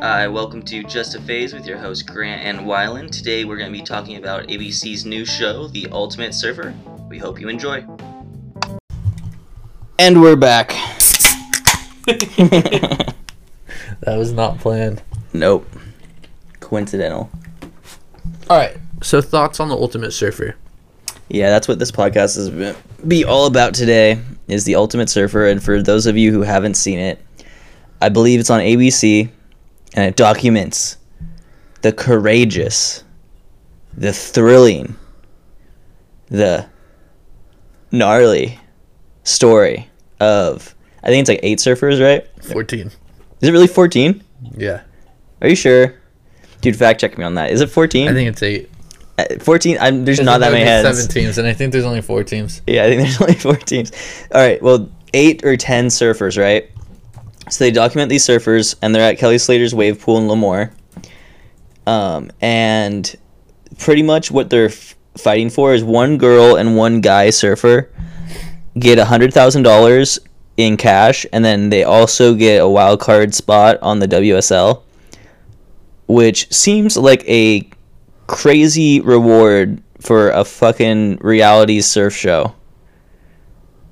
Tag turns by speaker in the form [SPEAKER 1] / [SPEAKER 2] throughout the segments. [SPEAKER 1] Hi, welcome to Just a Phase with your host Grant and Wyland. Today we're going to be talking about ABC's new show, The Ultimate Surfer. We hope you enjoy.
[SPEAKER 2] And we're back.
[SPEAKER 3] That was not planned.
[SPEAKER 2] nope. Coincidental.
[SPEAKER 3] All right. So thoughts on the Ultimate Surfer?
[SPEAKER 2] Yeah, that's what this podcast is be- be all about today is the Ultimate Surfer and for those of you who haven't seen it, I believe it's on ABC and it documents the courageous, the thrilling, the gnarly story of I think it's like 8 surfers, right?
[SPEAKER 3] Fourteen.
[SPEAKER 2] Is it really 14?
[SPEAKER 3] Yeah,
[SPEAKER 2] Are you sure? Dude, fact check me on that. Is it 14?
[SPEAKER 3] I think it's eight.
[SPEAKER 2] Uh, 14 I'm, there's not that
[SPEAKER 3] There's
[SPEAKER 2] many
[SPEAKER 3] only
[SPEAKER 2] heads
[SPEAKER 3] Seven teams, and I think there's only four teams.
[SPEAKER 2] yeah i think there's only four teams all right well eight or ten surfers right so they document these surfers and they're at kelly slater's wave pool in lemoore um, and pretty much what they're f- fighting for is one girl and one guy surfer get $100000 in cash and then they also get a wild card spot on the wsl which seems like a crazy reward for a fucking reality surf show.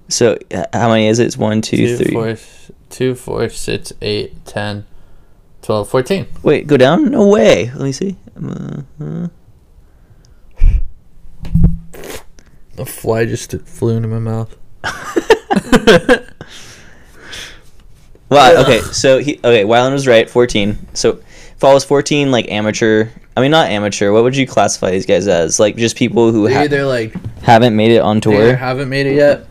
[SPEAKER 2] So h- how many is it? It's one, two, three.
[SPEAKER 3] Two, four, s- two, four, six, eight, 10, 12, 14.
[SPEAKER 2] Wait, go down? No way. Let me see. Um, uh, uh.
[SPEAKER 3] A fly just flew into my mouth.
[SPEAKER 2] Wow. Okay. So he. Okay. Wyland was right. Fourteen. So follows fourteen like amateur. I mean, not amateur. What would you classify these guys as? Like just people who
[SPEAKER 3] They
[SPEAKER 2] ha-
[SPEAKER 3] either like
[SPEAKER 2] haven't made it on
[SPEAKER 3] they either
[SPEAKER 2] tour.
[SPEAKER 3] haven't made it yet,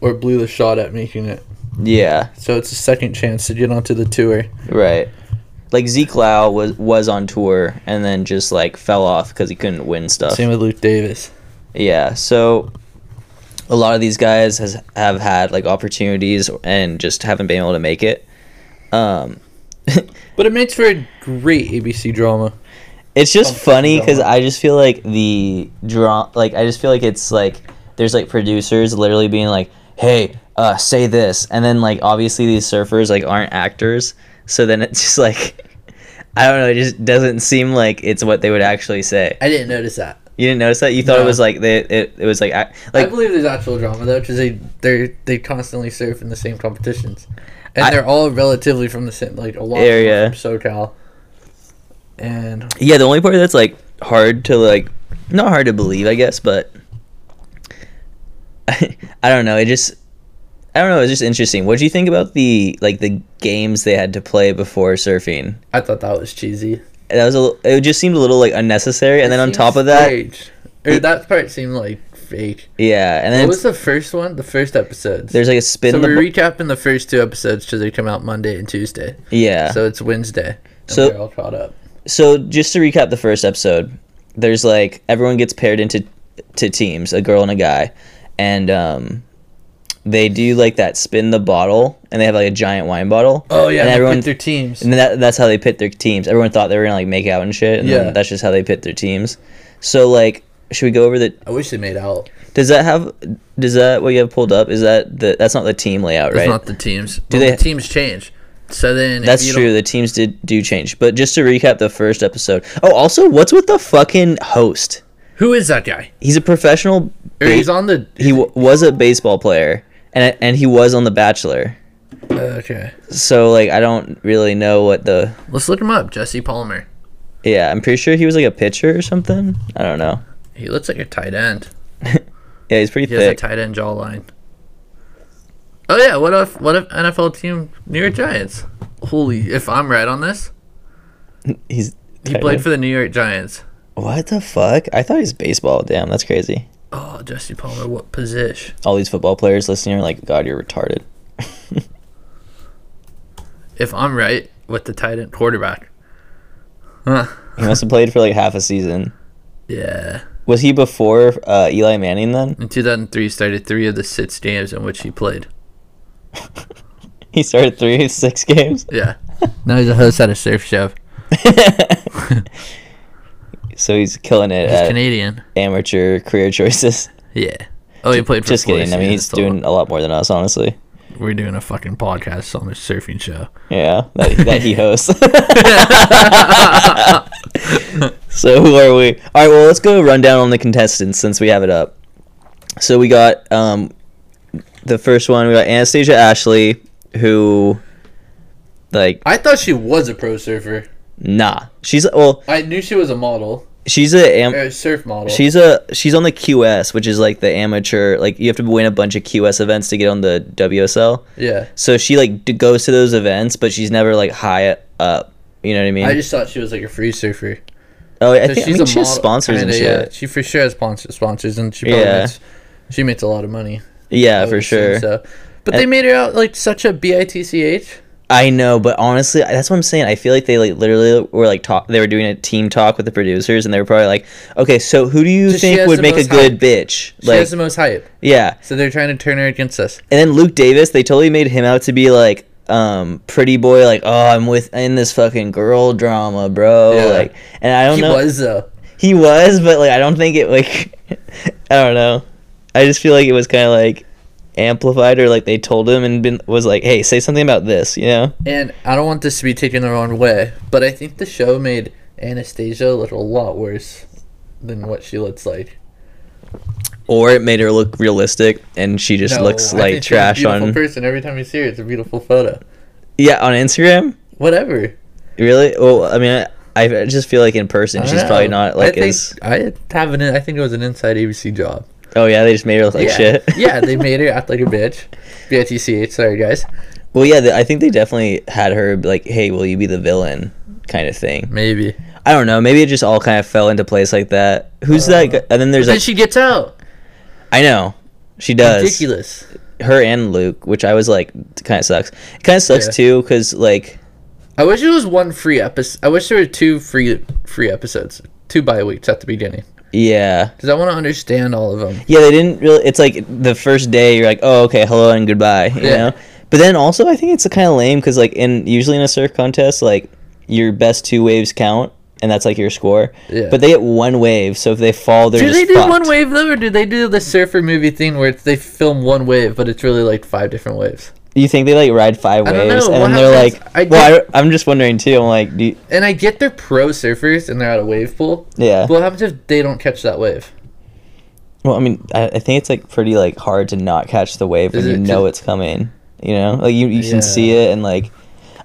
[SPEAKER 3] or blew the shot at making it.
[SPEAKER 2] Yeah.
[SPEAKER 3] So it's a second chance to get onto the tour.
[SPEAKER 2] Right. Like Zeke Lau was was on tour and then just like fell off because he couldn't win stuff.
[SPEAKER 3] Same with Luke Davis.
[SPEAKER 2] Yeah, so a lot of these guys has have had like opportunities and just haven't been able to make it. Um,
[SPEAKER 3] But it makes for a great ABC drama.
[SPEAKER 2] it's just
[SPEAKER 3] Something
[SPEAKER 2] funny 'cause funny
[SPEAKER 3] going
[SPEAKER 2] because
[SPEAKER 3] on.
[SPEAKER 2] I just feel like the draw, like I just feel like it's like there's like producers literally being like, "Hey, uh, say this," and then like obviously these surfers like aren't actors, so then it's just like. I don't know. It just doesn't seem like it's what they would actually say.
[SPEAKER 3] I didn't notice that.
[SPEAKER 2] You didn't notice that? You thought
[SPEAKER 3] No.
[SPEAKER 2] it was like they, it, it was like ac-
[SPEAKER 3] I
[SPEAKER 2] like
[SPEAKER 3] believe there's actual drama though, because they they they constantly surf in the same competitions, and
[SPEAKER 2] I-
[SPEAKER 3] they're all relatively from the same like a lot
[SPEAKER 2] Area.
[SPEAKER 3] of them from SoCal. And
[SPEAKER 2] Yeah, the only part that's like hard to like, not hard to believe, I guess, but I, don't know. It just, I don't know. It's just interesting. What do you think about the like the games they had to play before surfing?
[SPEAKER 3] I thought that was cheesy.
[SPEAKER 2] That was a. li- It just seemed a little like unnecessary. And then on top of that,
[SPEAKER 3] Staged. Or
[SPEAKER 2] it-
[SPEAKER 3] that part seemed like fake.
[SPEAKER 2] yeah. And
[SPEAKER 3] What
[SPEAKER 2] then
[SPEAKER 3] was
[SPEAKER 2] it's,
[SPEAKER 3] the first one? The first episodes.
[SPEAKER 2] there's like a spin.
[SPEAKER 3] so
[SPEAKER 2] the
[SPEAKER 3] we're
[SPEAKER 2] bo-
[SPEAKER 3] recapping the first two episodes because they come out Monday and Tuesday.
[SPEAKER 2] yeah.
[SPEAKER 3] So it's Wednesday. And
[SPEAKER 2] So-
[SPEAKER 3] we're all caught up.
[SPEAKER 2] so just to recap the first episode there's like everyone gets paired into to teams a girl and a guy and um they do like that spin the bottle and they have like a giant wine bottle
[SPEAKER 3] Oh yeah,
[SPEAKER 2] and everyone
[SPEAKER 3] their teams.
[SPEAKER 2] and that, that's how they pit their teams everyone thought they were gonna like make out and shit and
[SPEAKER 3] Yeah.
[SPEAKER 2] then that's just how they pit their teams so like should we go over the
[SPEAKER 3] I wish they made out.
[SPEAKER 2] does that have does that what you have pulled up is that the that's not the team layout
[SPEAKER 3] That's
[SPEAKER 2] right
[SPEAKER 3] not the teams.
[SPEAKER 2] Do
[SPEAKER 3] Do
[SPEAKER 2] they-
[SPEAKER 3] the teams change? So then if
[SPEAKER 2] That's
[SPEAKER 3] you don't-
[SPEAKER 2] true. The teams did do change, but just to recap the first episode. Oh, also, what's with the fucking host?
[SPEAKER 3] Who is that guy?
[SPEAKER 2] He's a professional.
[SPEAKER 3] Or
[SPEAKER 2] ba-
[SPEAKER 3] he's on the
[SPEAKER 2] he w- was a baseball player, and and he was on The Bachelor.
[SPEAKER 3] uh, okay.
[SPEAKER 2] So like, I don't really know what the.
[SPEAKER 3] Let's look him up. Jesse Palmer.
[SPEAKER 2] Yeah, I'm pretty sure he was like a pitcher or something. I don't know.
[SPEAKER 3] He looks like a tight end.
[SPEAKER 2] Yeah, he's pretty
[SPEAKER 3] He has a
[SPEAKER 2] thick.
[SPEAKER 3] tight end jawline. Oh yeah, what if what if NFL team New York Giants? Holy, if I'm right on this,
[SPEAKER 2] he's.
[SPEAKER 3] he
[SPEAKER 2] tight
[SPEAKER 3] played
[SPEAKER 2] end.
[SPEAKER 3] for the New York Giants.
[SPEAKER 2] What the fuck? I thought he's baseball. Damn, that's crazy.
[SPEAKER 3] Oh, Jesse Palmer, what position?
[SPEAKER 2] All these football players listening are like, God, you're retarded.
[SPEAKER 3] If I'm right with the tight end quarterback. Huh.
[SPEAKER 2] He must have played for like half a season.
[SPEAKER 3] Yeah.
[SPEAKER 2] Was he before uh, Eli Manning then?
[SPEAKER 3] In 2003, he started three of the six games in which he played.
[SPEAKER 2] He started three, six games.
[SPEAKER 3] Yeah. now he's a host at a surf show.
[SPEAKER 2] so he's killing it
[SPEAKER 3] He's
[SPEAKER 2] at
[SPEAKER 3] Canadian.
[SPEAKER 2] amateur career choices.
[SPEAKER 3] Yeah. Oh, he played for
[SPEAKER 2] Just kidding. I mean,
[SPEAKER 3] Florida State,
[SPEAKER 2] he's
[SPEAKER 3] that's all.
[SPEAKER 2] doing a lot more than us, honestly.
[SPEAKER 3] we're doing a fucking podcast on the surfing show.
[SPEAKER 2] Yeah, that, that he hosts. so who are we? All right, well, let's go rundown on the contestants since we have it up. So we got um, the first one. We got Anastasia Ashley, who, like,
[SPEAKER 3] I thought she was a pro surfer.
[SPEAKER 2] nah, she's well,
[SPEAKER 3] I knew she was a model,
[SPEAKER 2] she's a am-
[SPEAKER 3] or a surf model.
[SPEAKER 2] she's a she's on the QS, which is like the amateur. Like you have to win a bunch of QS events to get on the WSL.
[SPEAKER 3] yeah.
[SPEAKER 2] So she like d- goes to those events, but she's never like high up. You know what I mean?
[SPEAKER 3] I just thought she was like a free surfer.
[SPEAKER 2] oh, I
[SPEAKER 3] So
[SPEAKER 2] think, I think she has sponsors and
[SPEAKER 3] kinda,
[SPEAKER 2] shit.
[SPEAKER 3] Yeah, she for sure has sponsors, sponsors, and she probably
[SPEAKER 2] Yeah.
[SPEAKER 3] makes, she makes a lot of money.
[SPEAKER 2] Yeah,
[SPEAKER 3] I would
[SPEAKER 2] for sure.
[SPEAKER 3] assume So, but they made her out like such a bitch.
[SPEAKER 2] I know, but honestly, I- that's what I'm saying. I feel like they like literally were like talk. They were doing a team talk with the producers, and they were probably like, "Okay, so who do you
[SPEAKER 3] So she
[SPEAKER 2] think
[SPEAKER 3] has
[SPEAKER 2] would
[SPEAKER 3] the
[SPEAKER 2] make a
[SPEAKER 3] most
[SPEAKER 2] good
[SPEAKER 3] hype.
[SPEAKER 2] bitch?"
[SPEAKER 3] She
[SPEAKER 2] Like,
[SPEAKER 3] has the most hype,
[SPEAKER 2] yeah.
[SPEAKER 3] so they're trying to turn her against us.
[SPEAKER 2] And then Luke Davis, they totally made him out to be like, um, pretty boy. Like, oh, I'm with in this fucking girl drama, bro.
[SPEAKER 3] Yeah.
[SPEAKER 2] Like, and I don't
[SPEAKER 3] He
[SPEAKER 2] know.
[SPEAKER 3] was though.
[SPEAKER 2] He was, but like, I don't think it like, I don't know. I just feel like it was kind of like amplified, or like they told him and been was like, "Hey, say something about this," you know?
[SPEAKER 3] And I don't want this to be taken the wrong way, but I think the show made Anastasia look a lot worse than what she looks like.
[SPEAKER 2] or it made her look realistic and she just
[SPEAKER 3] No,
[SPEAKER 2] looks
[SPEAKER 3] I
[SPEAKER 2] like
[SPEAKER 3] think she's a
[SPEAKER 2] trash
[SPEAKER 3] beautiful
[SPEAKER 2] on
[SPEAKER 3] person every time you see her. It's a beautiful photo.
[SPEAKER 2] yeah on instagram
[SPEAKER 3] Whatever.
[SPEAKER 2] really well i mean i, I just feel like in person
[SPEAKER 3] I
[SPEAKER 2] she's
[SPEAKER 3] don't
[SPEAKER 2] probably
[SPEAKER 3] know.
[SPEAKER 2] not like
[SPEAKER 3] I think,
[SPEAKER 2] as
[SPEAKER 3] I have an. I think it was an inside ABC job.
[SPEAKER 2] oh yeah they just made her look like
[SPEAKER 3] yeah.
[SPEAKER 2] shit
[SPEAKER 3] yeah, they made her act like a bitch. BITCH, sorry guys.
[SPEAKER 2] well yeah th- i think they definitely had her be like hey will you be the villain kind of thing
[SPEAKER 3] Maybe.
[SPEAKER 2] i don't know maybe it just all kind of fell into place like that who's
[SPEAKER 3] Uh,
[SPEAKER 2] that gu- and then there's
[SPEAKER 3] Then
[SPEAKER 2] like
[SPEAKER 3] she gets out.
[SPEAKER 2] i know she does
[SPEAKER 3] Ridiculous.
[SPEAKER 2] her and luke which i was like kind of sucks it kind of sucks
[SPEAKER 3] Yeah.
[SPEAKER 2] too because like
[SPEAKER 3] I wish it was one free episode. I wish there were two free free episodes, two bi weeks at the beginning,
[SPEAKER 2] yeah
[SPEAKER 3] because I want to understand all of them.
[SPEAKER 2] Yeah, they didn't really. It's like the first day, you're like, oh, okay, hello and goodbye, you
[SPEAKER 3] Yeah.
[SPEAKER 2] know. But then also, I think it's kind of lame because like in usually in a surf contest, like your best two waves count, and that's like your score.
[SPEAKER 3] Yeah.
[SPEAKER 2] But they get one wave, so if they fall, they're
[SPEAKER 3] Do
[SPEAKER 2] just
[SPEAKER 3] they do
[SPEAKER 2] fucked.
[SPEAKER 3] one wave though, or do they do the surfer movie thing where it's, they film one wave, but it's really like five different waves?
[SPEAKER 2] You think they like ride five
[SPEAKER 3] I don't
[SPEAKER 2] waves,
[SPEAKER 3] know,
[SPEAKER 2] and
[SPEAKER 3] what
[SPEAKER 2] then they're
[SPEAKER 3] happens-
[SPEAKER 2] like,
[SPEAKER 3] I
[SPEAKER 2] well, I, I'm just wondering too. I'm like, do you-
[SPEAKER 3] And I get they're pro surfers and they're at a wave pool.
[SPEAKER 2] yeah.
[SPEAKER 3] But what happens if they don't catch that wave?
[SPEAKER 2] Well, I mean, I, I think it's like pretty like hard to not catch the wave when
[SPEAKER 3] Is
[SPEAKER 2] you
[SPEAKER 3] it
[SPEAKER 2] know
[SPEAKER 3] ju-
[SPEAKER 2] it's coming. You know, like you you can see
[SPEAKER 3] Yeah.
[SPEAKER 2] it, and like,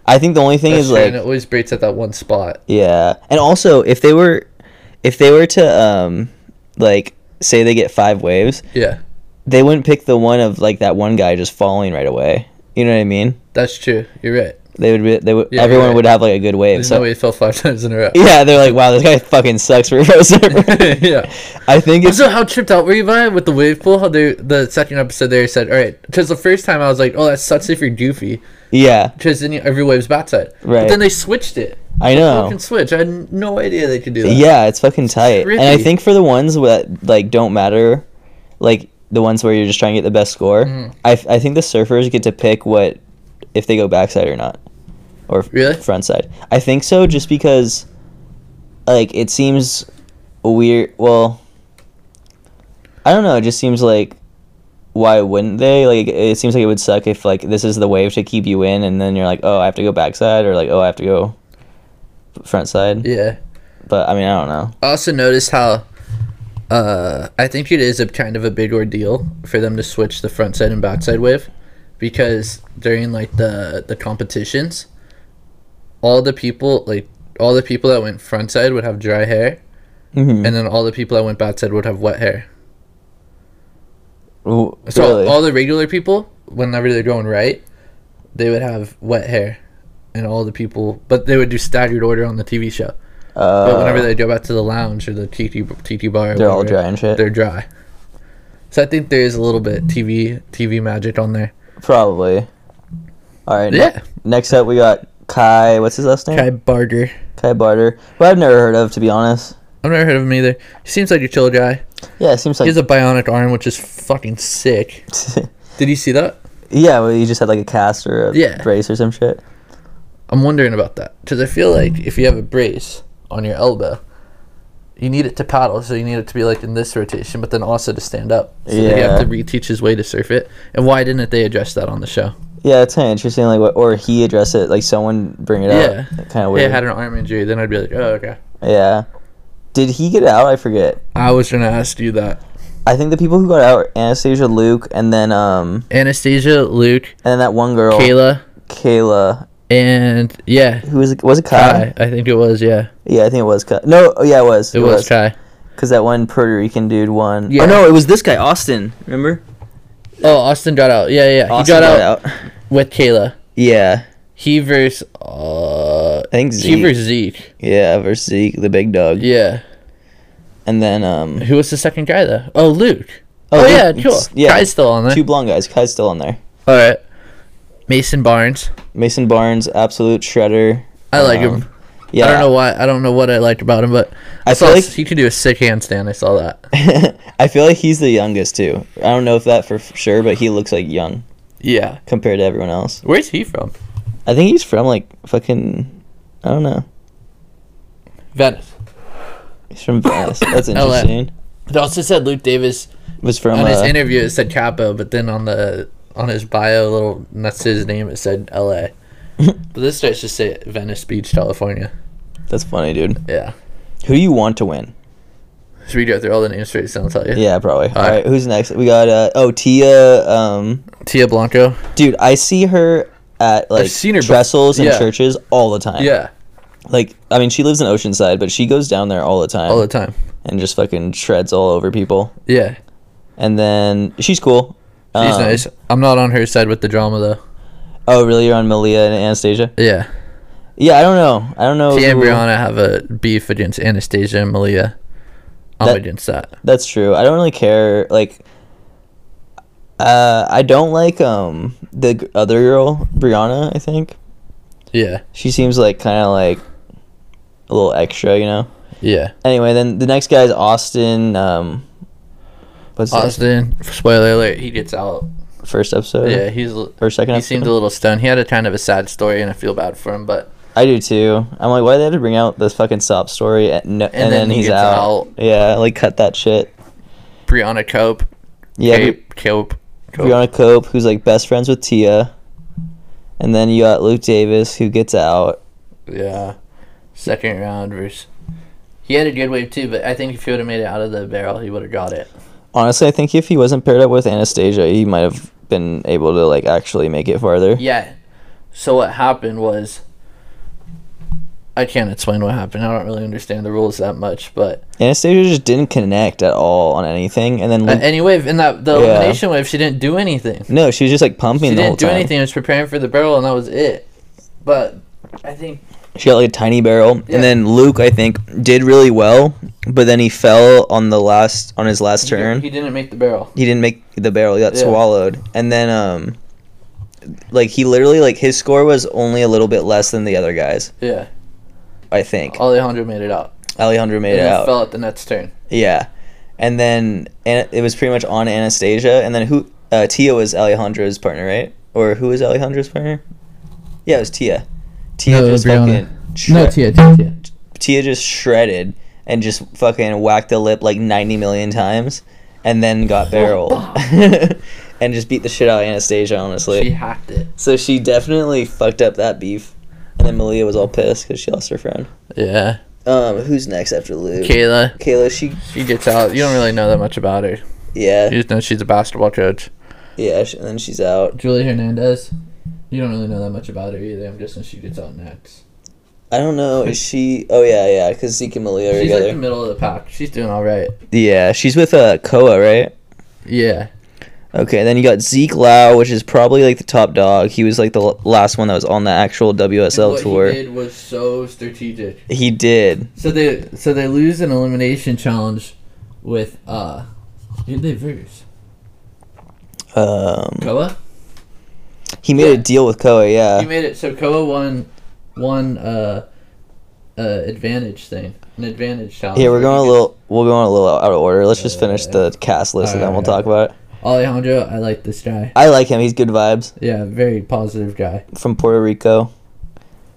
[SPEAKER 2] I think the only thing
[SPEAKER 3] That's
[SPEAKER 2] is
[SPEAKER 3] true,
[SPEAKER 2] like
[SPEAKER 3] and it always breaks at that one spot.
[SPEAKER 2] Yeah, and also if they were, if they were to um, like say they get five waves,
[SPEAKER 3] Yeah,
[SPEAKER 2] they wouldn't pick the one of like that one guy just falling right away. You know what I mean?
[SPEAKER 3] that's true. You're right.
[SPEAKER 2] They would be. They would.
[SPEAKER 3] Yeah,
[SPEAKER 2] everyone
[SPEAKER 3] right.
[SPEAKER 2] would have like a good wave.
[SPEAKER 3] There's
[SPEAKER 2] so
[SPEAKER 3] no way he fell five times in a row.
[SPEAKER 2] yeah, they're like, wow, this guy fucking sucks for a pro surfer.
[SPEAKER 3] yeah.
[SPEAKER 2] I think it's
[SPEAKER 3] So how tripped out were you by it with the wave pool? How they, the second episode there said, all right, because the first time I was like, oh, that sucks if you're goofy,
[SPEAKER 2] yeah.
[SPEAKER 3] because then you, every wave's backside.
[SPEAKER 2] Right.
[SPEAKER 3] But then they switched it.
[SPEAKER 2] I know.
[SPEAKER 3] Fucking switch. I had n- no idea they could do that.
[SPEAKER 2] Yeah, it's fucking tight. And I
[SPEAKER 3] trippy.
[SPEAKER 2] think for the ones that like don't matter, like the ones where you're just trying to get the best score,
[SPEAKER 3] Mm.
[SPEAKER 2] I, I think the surfers get to pick what if they go backside or not, or f-
[SPEAKER 3] Really?
[SPEAKER 2] front side. I think so, just because like it seems weird. Well, I don't know. It just seems like why wouldn't they? Like it seems like it would suck if like this is the wave to keep you in, and then you're like, oh, I have to go backside, or like, oh, I have to go front side.
[SPEAKER 3] Yeah.
[SPEAKER 2] But I mean, I don't know.
[SPEAKER 3] I also noticed how, uh, I think it is a kind of a big ordeal for them to switch the front side and backside wave, because during like the the competitions, all the people like all the people that went front side would have dry hair,
[SPEAKER 2] Mhm.
[SPEAKER 3] and then all the people that went backside would have wet hair.
[SPEAKER 2] W-
[SPEAKER 3] So
[SPEAKER 2] really?
[SPEAKER 3] all the regular people, whenever they're going right, they would have wet hair, and all the people, but they would do staggered order on the TV show.
[SPEAKER 2] Uh,
[SPEAKER 3] But whenever they go back to the lounge or the TT, TT bar, or
[SPEAKER 2] They're all
[SPEAKER 3] whatever,
[SPEAKER 2] dry and shit?
[SPEAKER 3] They're dry. So I think there is a little bit TV TV magic on there.
[SPEAKER 2] probably. All right. ne-
[SPEAKER 3] Yeah.
[SPEAKER 2] next up, we got Kai. What's his last name?
[SPEAKER 3] Kai
[SPEAKER 2] Kai,
[SPEAKER 3] Barger.
[SPEAKER 2] Barter, who I've never heard of, to be honest.
[SPEAKER 3] I've never heard of him either. He seems like a chill guy.
[SPEAKER 2] Yeah, it seems
[SPEAKER 3] He
[SPEAKER 2] like.
[SPEAKER 3] has a bionic arm, which is fucking sick. Did you see that?
[SPEAKER 2] yeah, well, he just had like a cast or a
[SPEAKER 3] Yeah.
[SPEAKER 2] brace or some shit.
[SPEAKER 3] I'm wondering about that because I feel like if you have a brace on your elbow, you need it to paddle, so you need it to be like in this rotation, but then also to stand up. So yeah. you have
[SPEAKER 2] Yeah.
[SPEAKER 3] to reteach his way to surf it. And why didn't they address that on the show?
[SPEAKER 2] Yeah, it's kind of interesting. Like, what, or he addressed it. Like, someone bring it
[SPEAKER 3] Yeah.
[SPEAKER 2] up. Kind of
[SPEAKER 3] Hey, I
[SPEAKER 2] weird.
[SPEAKER 3] had an arm injury. Then I'd be like, oh, okay.
[SPEAKER 2] yeah. Did he get out? I forget.
[SPEAKER 3] I was going to ask you that.
[SPEAKER 2] I think the people who got out were Anastasia, Luke, and then um,
[SPEAKER 3] Anastasia, Luke,
[SPEAKER 2] and then that one girl,
[SPEAKER 3] Kayla,
[SPEAKER 2] Kayla,
[SPEAKER 3] and yeah,
[SPEAKER 2] who was it? Was it Kai?
[SPEAKER 3] Kai. I think it was, yeah.
[SPEAKER 2] Yeah, I think it was Kai. No, oh, yeah, it was.
[SPEAKER 3] It was Kai.
[SPEAKER 2] because that one Puerto Rican dude won.
[SPEAKER 3] Yeah.
[SPEAKER 2] Oh no, it was this guy, Austin. Remember?
[SPEAKER 3] Oh, Austin got out. Yeah, yeah. yeah. He
[SPEAKER 2] Austin
[SPEAKER 3] got, out, with Kayla.
[SPEAKER 2] Yeah,
[SPEAKER 3] He versus uh,
[SPEAKER 2] I think
[SPEAKER 3] he
[SPEAKER 2] Zeke.
[SPEAKER 3] versus Zeke.
[SPEAKER 2] yeah, versus Zeke, the big dog.
[SPEAKER 3] Yeah.
[SPEAKER 2] And then um,
[SPEAKER 3] Who was the second guy though? Oh, Luke.
[SPEAKER 2] Oh,
[SPEAKER 3] Oh,
[SPEAKER 2] Luke-
[SPEAKER 3] yeah, cool.
[SPEAKER 2] it's- yeah.
[SPEAKER 3] Kai's still on there.
[SPEAKER 2] two blonde guys. Kai's still on there.
[SPEAKER 3] All right. Mason Barnes.
[SPEAKER 2] Mason Barnes, absolute shredder.
[SPEAKER 3] I like
[SPEAKER 2] Um,
[SPEAKER 3] him.
[SPEAKER 2] Yeah,
[SPEAKER 3] I don't know why. I don't know what I liked about him, but I,
[SPEAKER 2] I
[SPEAKER 3] saw
[SPEAKER 2] feel like-
[SPEAKER 3] he could do a sick handstand. I saw that.
[SPEAKER 2] I feel like he's the youngest too. I don't know if that for f- sure, but he looks like young
[SPEAKER 3] Yeah.
[SPEAKER 2] compared to everyone else.
[SPEAKER 3] Where's he from?
[SPEAKER 2] I think he's from like fucking. I don't know.
[SPEAKER 3] Venice.
[SPEAKER 2] He's from Venice. That's
[SPEAKER 3] LA.
[SPEAKER 2] interesting.
[SPEAKER 3] It also said Luke Davis
[SPEAKER 2] Was from
[SPEAKER 3] on his
[SPEAKER 2] uh,
[SPEAKER 3] interview. It said Capo, but then on the on his bio, little that's his name. It said L.A. but this starts to say Venice Beach, California.
[SPEAKER 2] That's funny, dude.
[SPEAKER 3] Yeah.
[SPEAKER 2] Who do you want to win?
[SPEAKER 3] Should we go through all the names first? and I'll tell you.
[SPEAKER 2] Yeah, probably. All
[SPEAKER 3] right.
[SPEAKER 2] right, who's next? We got uh oh Tia. Um,
[SPEAKER 3] Tia Blanco.
[SPEAKER 2] dude, I see her at like
[SPEAKER 3] seen her bef-
[SPEAKER 2] trestles and
[SPEAKER 3] yeah.
[SPEAKER 2] churches all the time.
[SPEAKER 3] Yeah.
[SPEAKER 2] like I mean, she lives in Oceanside, but she goes down there all the time
[SPEAKER 3] All the time.
[SPEAKER 2] and just fucking shreds all over people.
[SPEAKER 3] Yeah.
[SPEAKER 2] And then she's cool.
[SPEAKER 3] She's
[SPEAKER 2] Um,
[SPEAKER 3] nice. I'm not on her side with the drama though.
[SPEAKER 2] Oh, really? You're on Malia and Anastasia?
[SPEAKER 3] Yeah.
[SPEAKER 2] Yeah, I don't know. I don't know.
[SPEAKER 3] She and
[SPEAKER 2] who-
[SPEAKER 3] Brianna have a beef against Anastasia and Malia. I'm
[SPEAKER 2] That-
[SPEAKER 3] against that.
[SPEAKER 2] That's true. I don't really care. Like, uh, I don't like um the g- other girl, Brianna. I think
[SPEAKER 3] Yeah.
[SPEAKER 2] she seems like kind of like a little extra, you know.
[SPEAKER 3] Yeah.
[SPEAKER 2] Anyway, then the next guy is Austin. Um, what's his
[SPEAKER 3] Austin, spoiler alert, he gets out.
[SPEAKER 2] first episode?
[SPEAKER 3] Yeah, he's l-
[SPEAKER 2] Or second
[SPEAKER 3] he
[SPEAKER 2] episode?
[SPEAKER 3] seemed a little stoned. He had a kind of a sad story, and I feel bad for him. But
[SPEAKER 2] I do too. I'm like, why do they have to bring out this fucking sob story? And, no, and, then,
[SPEAKER 3] And then he
[SPEAKER 2] he's
[SPEAKER 3] gets
[SPEAKER 2] out.
[SPEAKER 3] out.
[SPEAKER 2] Yeah, like cut that shit.
[SPEAKER 3] Brianna Cope,
[SPEAKER 2] Yeah, Bri-
[SPEAKER 3] Cape, Cope, Cope.
[SPEAKER 2] Brianna Cope, who's like best friends with Tia, and then you got Luke Davis, who gets out.
[SPEAKER 3] yeah, second round versus. He had a good wave too, but I think if he would have made it out of the barrel, he would have got it.
[SPEAKER 2] Honestly, I think if he wasn't paired up with Anastasia, he might have been able to like actually make it farther.
[SPEAKER 3] Yeah. So what happened was I can't explain what happened. I don't really understand the rules that much, but
[SPEAKER 2] Anastasia just didn't connect at all on anything, and then
[SPEAKER 3] uh,
[SPEAKER 2] Luke,
[SPEAKER 3] anyway, in that the
[SPEAKER 2] Mm. Yeah.
[SPEAKER 3] elimination wave, she didn't do anything.
[SPEAKER 2] no, she was just like pumping
[SPEAKER 3] She
[SPEAKER 2] the whole
[SPEAKER 3] didn't do
[SPEAKER 2] time.
[SPEAKER 3] anything. She was preparing for the barrel, and that was it. But I think
[SPEAKER 2] She got like a tiny barrel,
[SPEAKER 3] Yeah.
[SPEAKER 2] and then Luke, I think, did really well, but then he fell on the last on his last
[SPEAKER 3] he,
[SPEAKER 2] turn.
[SPEAKER 3] he didn't make the barrel.
[SPEAKER 2] he didn't make the barrel he got
[SPEAKER 3] Yeah.
[SPEAKER 2] swallowed and then um like he literally like his score was only a little bit less than the other guys
[SPEAKER 3] Yeah,
[SPEAKER 2] i think
[SPEAKER 3] Alejandro made it out.
[SPEAKER 2] alejandro made
[SPEAKER 3] And
[SPEAKER 2] it
[SPEAKER 3] then
[SPEAKER 2] out
[SPEAKER 3] fell at the next turn.
[SPEAKER 2] yeah and then and it was pretty much on anastasia and then who uh, tia was alejandro's partner right or who was alejandro's partner yeah it was tia tia
[SPEAKER 3] No, it was
[SPEAKER 2] just
[SPEAKER 3] Brianna.
[SPEAKER 2] fucking shred-
[SPEAKER 3] Tia, Tia.
[SPEAKER 2] tia just shredded and just fucking whacked the lip like 90 million times and then got barreled and just beat the shit out of anastasia honestly
[SPEAKER 3] She hacked it.
[SPEAKER 2] So she definitely fucked up that beef, and then Malia was all pissed because she lost her friend.
[SPEAKER 3] Yeah,
[SPEAKER 2] Um, who's next after Luke?
[SPEAKER 3] Kayla,
[SPEAKER 2] Kayla, she
[SPEAKER 3] she gets out. You don't really know that much about her. You
[SPEAKER 2] yeah
[SPEAKER 3] just know she's a basketball coach.
[SPEAKER 2] yeah, sh- and then she's out.
[SPEAKER 3] Julie Hernandez. You don't really know that much about her either. I'm guessing she gets out next.
[SPEAKER 2] I don't know. Is she? Oh yeah, yeah, because Zeke and Malia are
[SPEAKER 3] She's like
[SPEAKER 2] together.
[SPEAKER 3] the middle of the pack. She's doing all right.
[SPEAKER 2] yeah, she's with uh Koa, right?
[SPEAKER 3] Yeah.
[SPEAKER 2] Okay, then you got Zeke Lau, which is probably like the top dog. He was like the l- last one that was on the actual WSL
[SPEAKER 3] what
[SPEAKER 2] tour.
[SPEAKER 3] he did was so strategic.
[SPEAKER 2] he did.
[SPEAKER 3] So they so they lose an elimination challenge with uh, who did they verse?
[SPEAKER 2] Um,
[SPEAKER 3] Koa.
[SPEAKER 2] he made
[SPEAKER 3] Yeah.
[SPEAKER 2] a deal with Koa.
[SPEAKER 3] he
[SPEAKER 2] Yeah,
[SPEAKER 3] made it. So Koa won, won uh, uh advantage thing, an advantage challenge.
[SPEAKER 2] yeah. We're
[SPEAKER 3] where
[SPEAKER 2] going a
[SPEAKER 3] he
[SPEAKER 2] little. We're going a little out of order. Let's just
[SPEAKER 3] Yeah, yeah,
[SPEAKER 2] finish the cast list, and then we'll
[SPEAKER 3] Alright.
[SPEAKER 2] talk about it.
[SPEAKER 3] gets- Alejandro, I like this guy.
[SPEAKER 2] I like him. He's good vibes
[SPEAKER 3] Yeah, very positive guy.
[SPEAKER 2] from Puerto Rico.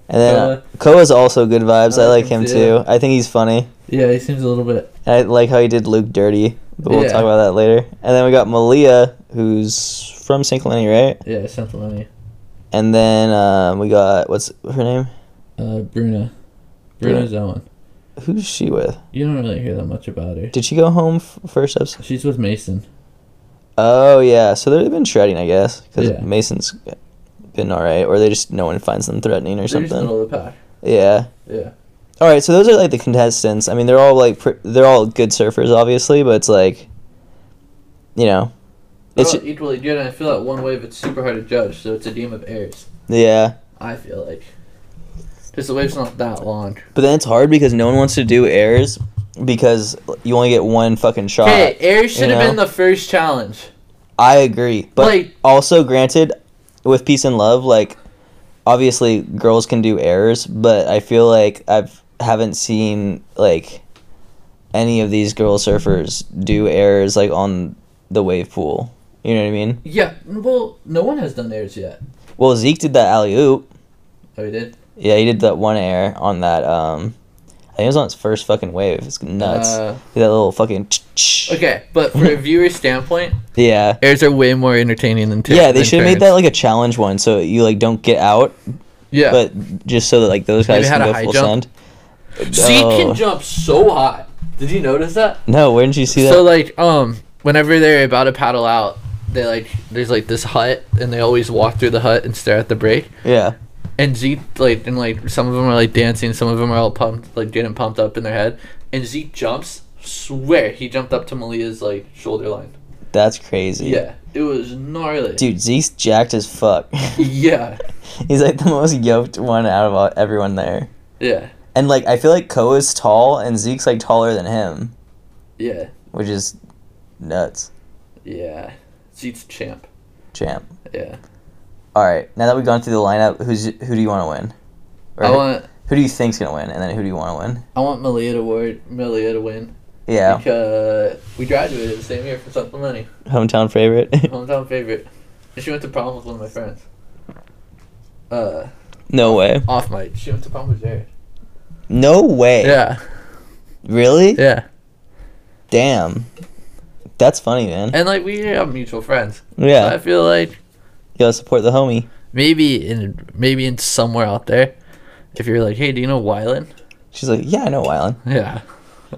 [SPEAKER 2] And then uh, Koa's also good vibes. I like him too. I think he's funny.
[SPEAKER 3] Yeah, he seems a little bit.
[SPEAKER 2] And I like how he did Luke dirty, but we'll
[SPEAKER 3] Yeah.
[SPEAKER 2] talk about that later. And then we got Malia, who's from St. Helena, right?
[SPEAKER 3] Yeah, something funny.
[SPEAKER 2] And then um, we got what's her name?
[SPEAKER 3] Uh, Bruna. Bruna's that one.
[SPEAKER 2] Who's she with?
[SPEAKER 3] You don't really hear that much about her.
[SPEAKER 2] Did she go home f- first episode?
[SPEAKER 3] She's with Mason.
[SPEAKER 2] Oh yeah, so they've been shredding, I guess, because
[SPEAKER 3] Yeah.
[SPEAKER 2] Mason's been all right, or they just no one finds them threatening or
[SPEAKER 3] They're just
[SPEAKER 2] something.
[SPEAKER 3] middle of the pack.
[SPEAKER 2] Yeah.
[SPEAKER 3] Yeah.
[SPEAKER 2] All right, so those are like the contestants. I mean, they're all like pr- they're all good surfers, obviously, but it's like, you know,
[SPEAKER 3] They're
[SPEAKER 2] It's
[SPEAKER 3] all equally good, and I feel that one wave it's super hard to judge, so it's a game of errors.
[SPEAKER 2] yeah.
[SPEAKER 3] I feel like. Because the wave's not that long.
[SPEAKER 2] But then it's hard because no one wants to do airs because you only get one fucking shot.
[SPEAKER 3] Hey, errors should have
[SPEAKER 2] know?
[SPEAKER 3] been the first challenge.
[SPEAKER 2] I agree, but
[SPEAKER 3] Like-
[SPEAKER 2] also granted, with peace and love, like obviously girls can do errors, but I feel like I've haven't seen like any of these girl surfers do errors like on the wave pool. You know what I mean?
[SPEAKER 3] Yeah, well, no one has done errors yet.
[SPEAKER 2] Well, Zeke did that alley oop.
[SPEAKER 3] Oh, we did?
[SPEAKER 2] Yeah, he did that one air on that. um I think it was on his first fucking wave. It's nuts.
[SPEAKER 3] Uh,
[SPEAKER 2] Did that little fucking. ch-ch.
[SPEAKER 3] okay, but from a viewer's standpoint,
[SPEAKER 2] Yeah.
[SPEAKER 3] errors are way more entertaining than tur-
[SPEAKER 2] Yeah, they
[SPEAKER 3] than
[SPEAKER 2] should have made
[SPEAKER 3] turns.
[SPEAKER 2] that like a challenge one, so you like don't get out,
[SPEAKER 3] Yeah.
[SPEAKER 2] but just so that like those
[SPEAKER 3] Maybe
[SPEAKER 2] guys
[SPEAKER 3] had
[SPEAKER 2] can
[SPEAKER 3] a
[SPEAKER 2] go
[SPEAKER 3] high
[SPEAKER 2] full
[SPEAKER 3] jump.
[SPEAKER 2] send.
[SPEAKER 3] Zeke
[SPEAKER 2] Oh.
[SPEAKER 3] can jump so high. Did you notice that?
[SPEAKER 2] No, where did you see that?
[SPEAKER 3] So like, um, whenever they're about to paddle out, they like there's like this hut, and they always walk through the hut and stare at the break.
[SPEAKER 2] yeah,
[SPEAKER 3] And Zeke like and like some of them are like dancing, some of them are all pumped, like getting pumped up in their head. And Zeke jumps. Swear he jumped up to Malia's like shoulder line.
[SPEAKER 2] that's crazy.
[SPEAKER 3] Yeah, it was gnarly.
[SPEAKER 2] Dude, Zeke's jacked as fuck.
[SPEAKER 3] Yeah,
[SPEAKER 2] He's like the most yoked one out of all, everyone there.
[SPEAKER 3] yeah,
[SPEAKER 2] And like, I feel like Ko is tall and Zeke's like taller than him,
[SPEAKER 3] yeah,
[SPEAKER 2] which is nuts.
[SPEAKER 3] yeah. Zeke's champ.
[SPEAKER 2] Champ.
[SPEAKER 3] Yeah,
[SPEAKER 2] All right, now that we've gone through the lineup, who's who do you want to win? Or
[SPEAKER 3] I
[SPEAKER 2] who-
[SPEAKER 3] want
[SPEAKER 2] who do you think's gonna win, and then who do you want to win?
[SPEAKER 3] I want Malia to win. Malia to win
[SPEAKER 2] Yeah,
[SPEAKER 3] because we graduated the same year from Something Money.
[SPEAKER 2] hometown favorite.
[SPEAKER 3] Hometown favorite. She went to prom with one of my friends. Uh,
[SPEAKER 2] no way.
[SPEAKER 3] off mic. She went to prom with Jared.
[SPEAKER 2] No way.
[SPEAKER 3] Yeah,
[SPEAKER 2] Really?
[SPEAKER 3] yeah.
[SPEAKER 2] Damn. That's funny, man.
[SPEAKER 3] And like we have mutual friends. So I
[SPEAKER 2] Yeah,
[SPEAKER 3] feel like
[SPEAKER 2] you gotta support the homie.
[SPEAKER 3] maybe in maybe in somewhere out there, if you're like, hey, do you know Wylan?
[SPEAKER 2] She's like, yeah, I know Wylan.
[SPEAKER 3] Yeah.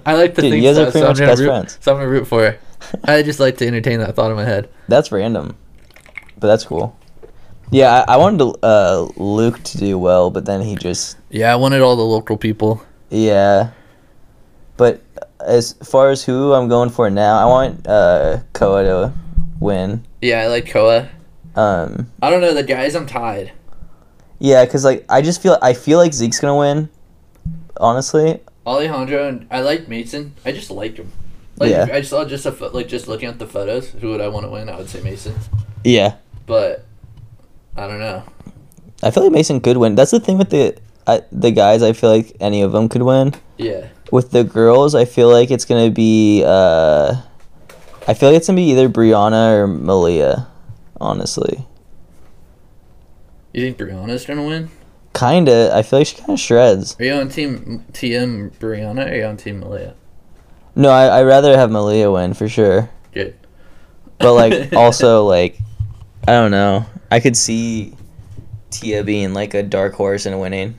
[SPEAKER 3] I like to
[SPEAKER 2] Dude,
[SPEAKER 3] think
[SPEAKER 2] you guys
[SPEAKER 3] so,
[SPEAKER 2] are pretty
[SPEAKER 3] so I'm
[SPEAKER 2] much
[SPEAKER 3] gonna
[SPEAKER 2] best
[SPEAKER 3] root-
[SPEAKER 2] friends.
[SPEAKER 3] So I'm gonna root for her. I just like to entertain that thought in my head.
[SPEAKER 2] That's random, but that's cool. Yeah, I, I wanted to, uh, Luke to do well, but then he just
[SPEAKER 3] Yeah, I wanted all the local people.
[SPEAKER 2] yeah. But as far as who I'm going for now, I want uh, Koa to win.
[SPEAKER 3] Yeah, I like Koa.
[SPEAKER 2] Um,
[SPEAKER 3] I don't know the guys. I'm tied.
[SPEAKER 2] yeah, cause like I just feel I feel like Zeke's gonna win. Honestly,
[SPEAKER 3] Alejandro and I like Mason. I just liked him. Like
[SPEAKER 2] Yeah.
[SPEAKER 3] I saw just a pho- like just looking at the photos, who would I want to win? I would say Mason,
[SPEAKER 2] yeah,
[SPEAKER 3] but I don't know.
[SPEAKER 2] I feel like Mason could win. That's the thing with the I, the guys. I feel like any of them could win.
[SPEAKER 3] Yeah,
[SPEAKER 2] with the girls, I feel like it's gonna be. Uh, I feel like it's gonna be either Brianna or Malia, honestly.
[SPEAKER 3] you think Brianna's gonna win?
[SPEAKER 2] Kinda. I feel like she kind of shreds.
[SPEAKER 3] Are you on team TM Brianna or are you on team Malia?
[SPEAKER 2] No, I I rather have Malia win for sure.
[SPEAKER 3] Good.
[SPEAKER 2] But like also like, I don't know. I could see Tia being like a dark horse and winning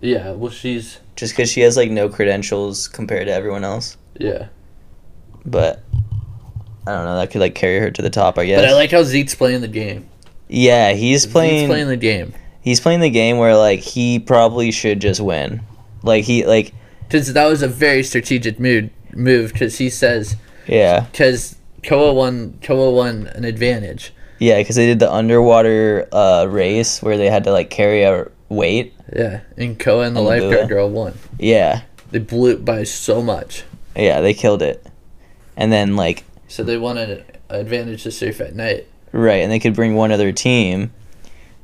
[SPEAKER 3] Yeah, well she's
[SPEAKER 2] just because she has like no credentials compared to everyone else.
[SPEAKER 3] yeah.
[SPEAKER 2] But I don't know. That could like carry her to the top. I guess.
[SPEAKER 3] But I like how Zeke's playing the game.
[SPEAKER 2] yeah, he's
[SPEAKER 3] Zeke's playing the game
[SPEAKER 2] he's playing the game where like he probably should just win. Like he like
[SPEAKER 3] because that was a very strategic mood move because he says
[SPEAKER 2] yeah
[SPEAKER 3] because Koa won Koa won an advantage.
[SPEAKER 2] yeah because they did the underwater uh, race where they had to like carry a weight.
[SPEAKER 3] Yeah, and Koa and the
[SPEAKER 2] And Lua.
[SPEAKER 3] lifeguard girl won.
[SPEAKER 2] Yeah,
[SPEAKER 3] They blew it by so much.
[SPEAKER 2] yeah, they killed it. And then like
[SPEAKER 3] So they wanted an advantage to surf at night.
[SPEAKER 2] right, and they could bring one other team,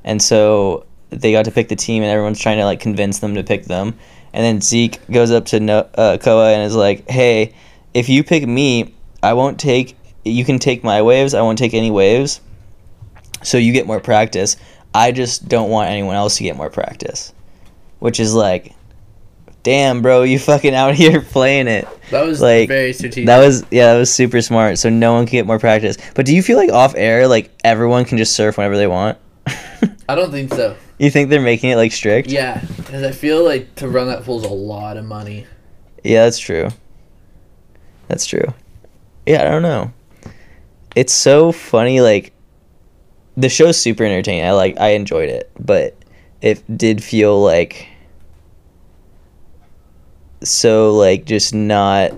[SPEAKER 2] and so they got to pick the team, and everyone's trying to like convince them to pick them. And then Zeke goes up to no- uh, Koa and is like, "Hey, if you pick me, I won't take. You can take my waves. I won't take any waves. So you get more practice. I just don't want anyone else to get more practice." Which is like, "Damn, bro, you fucking out here playing it."
[SPEAKER 3] That was
[SPEAKER 2] Like,
[SPEAKER 3] very strategic.
[SPEAKER 2] That was yeah, that was super smart. So no one can get more practice. But do you feel like off air, like everyone can just surf whenever they want?
[SPEAKER 3] I don't think so.
[SPEAKER 2] You think they're making it like strict?
[SPEAKER 3] Yeah, because I feel like to run that pool's a lot of money.
[SPEAKER 2] Yeah, that's true. That's true. Yeah, I don't know. It's so funny. Like, the show's super entertaining. I like. I enjoyed it, but it did feel like so like just not.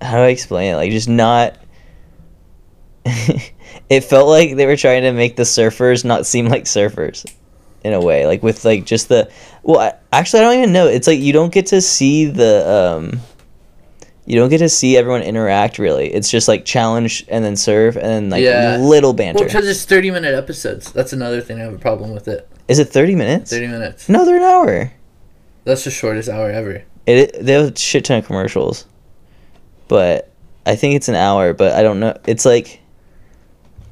[SPEAKER 2] How do I explain it? Like, just not. it felt like they were trying to make the surfers not seem like surfers in a way like with like just the well I, actually i don't even know it's like you don't get to see the um you don't get to see everyone interact really it's just like challenge and then serve and then like
[SPEAKER 3] Yeah.
[SPEAKER 2] little banter
[SPEAKER 3] Well, because it's thirty minute episodes. That's another thing I have a problem with it.
[SPEAKER 2] is it 30 minutes
[SPEAKER 3] Thirty minutes.
[SPEAKER 2] no they're an hour
[SPEAKER 3] That's the shortest hour ever.
[SPEAKER 2] it, it they have a shit ton of commercials but i think it's an hour but i don't know it's like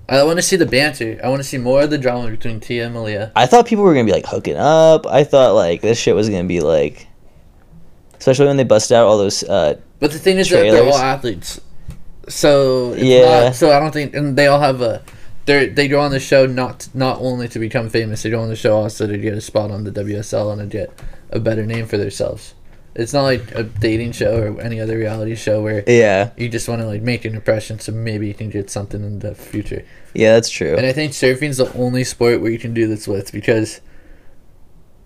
[SPEAKER 3] I want to see the banter. I want to see more of the drama between Tia and Malia.
[SPEAKER 2] I thought people were gonna be like hooking up. I thought like this shit was gonna be like, especially when they busted out all those. Uh,
[SPEAKER 3] But the thing is that they're
[SPEAKER 2] Trailers.
[SPEAKER 3] all athletes, so it's
[SPEAKER 2] Yeah.
[SPEAKER 3] Not, so I don't think, and they all have a. They they go on the show not not only to become famous. They go on the show also to get a spot on the WSL and to get a better name for themselves. It's not like a dating show or any other reality show where
[SPEAKER 2] yeah,
[SPEAKER 3] you just want to like make an impression so maybe you can get something in the future.
[SPEAKER 2] yeah, that's true.
[SPEAKER 3] And I think surfing's the only sport where you can do this with because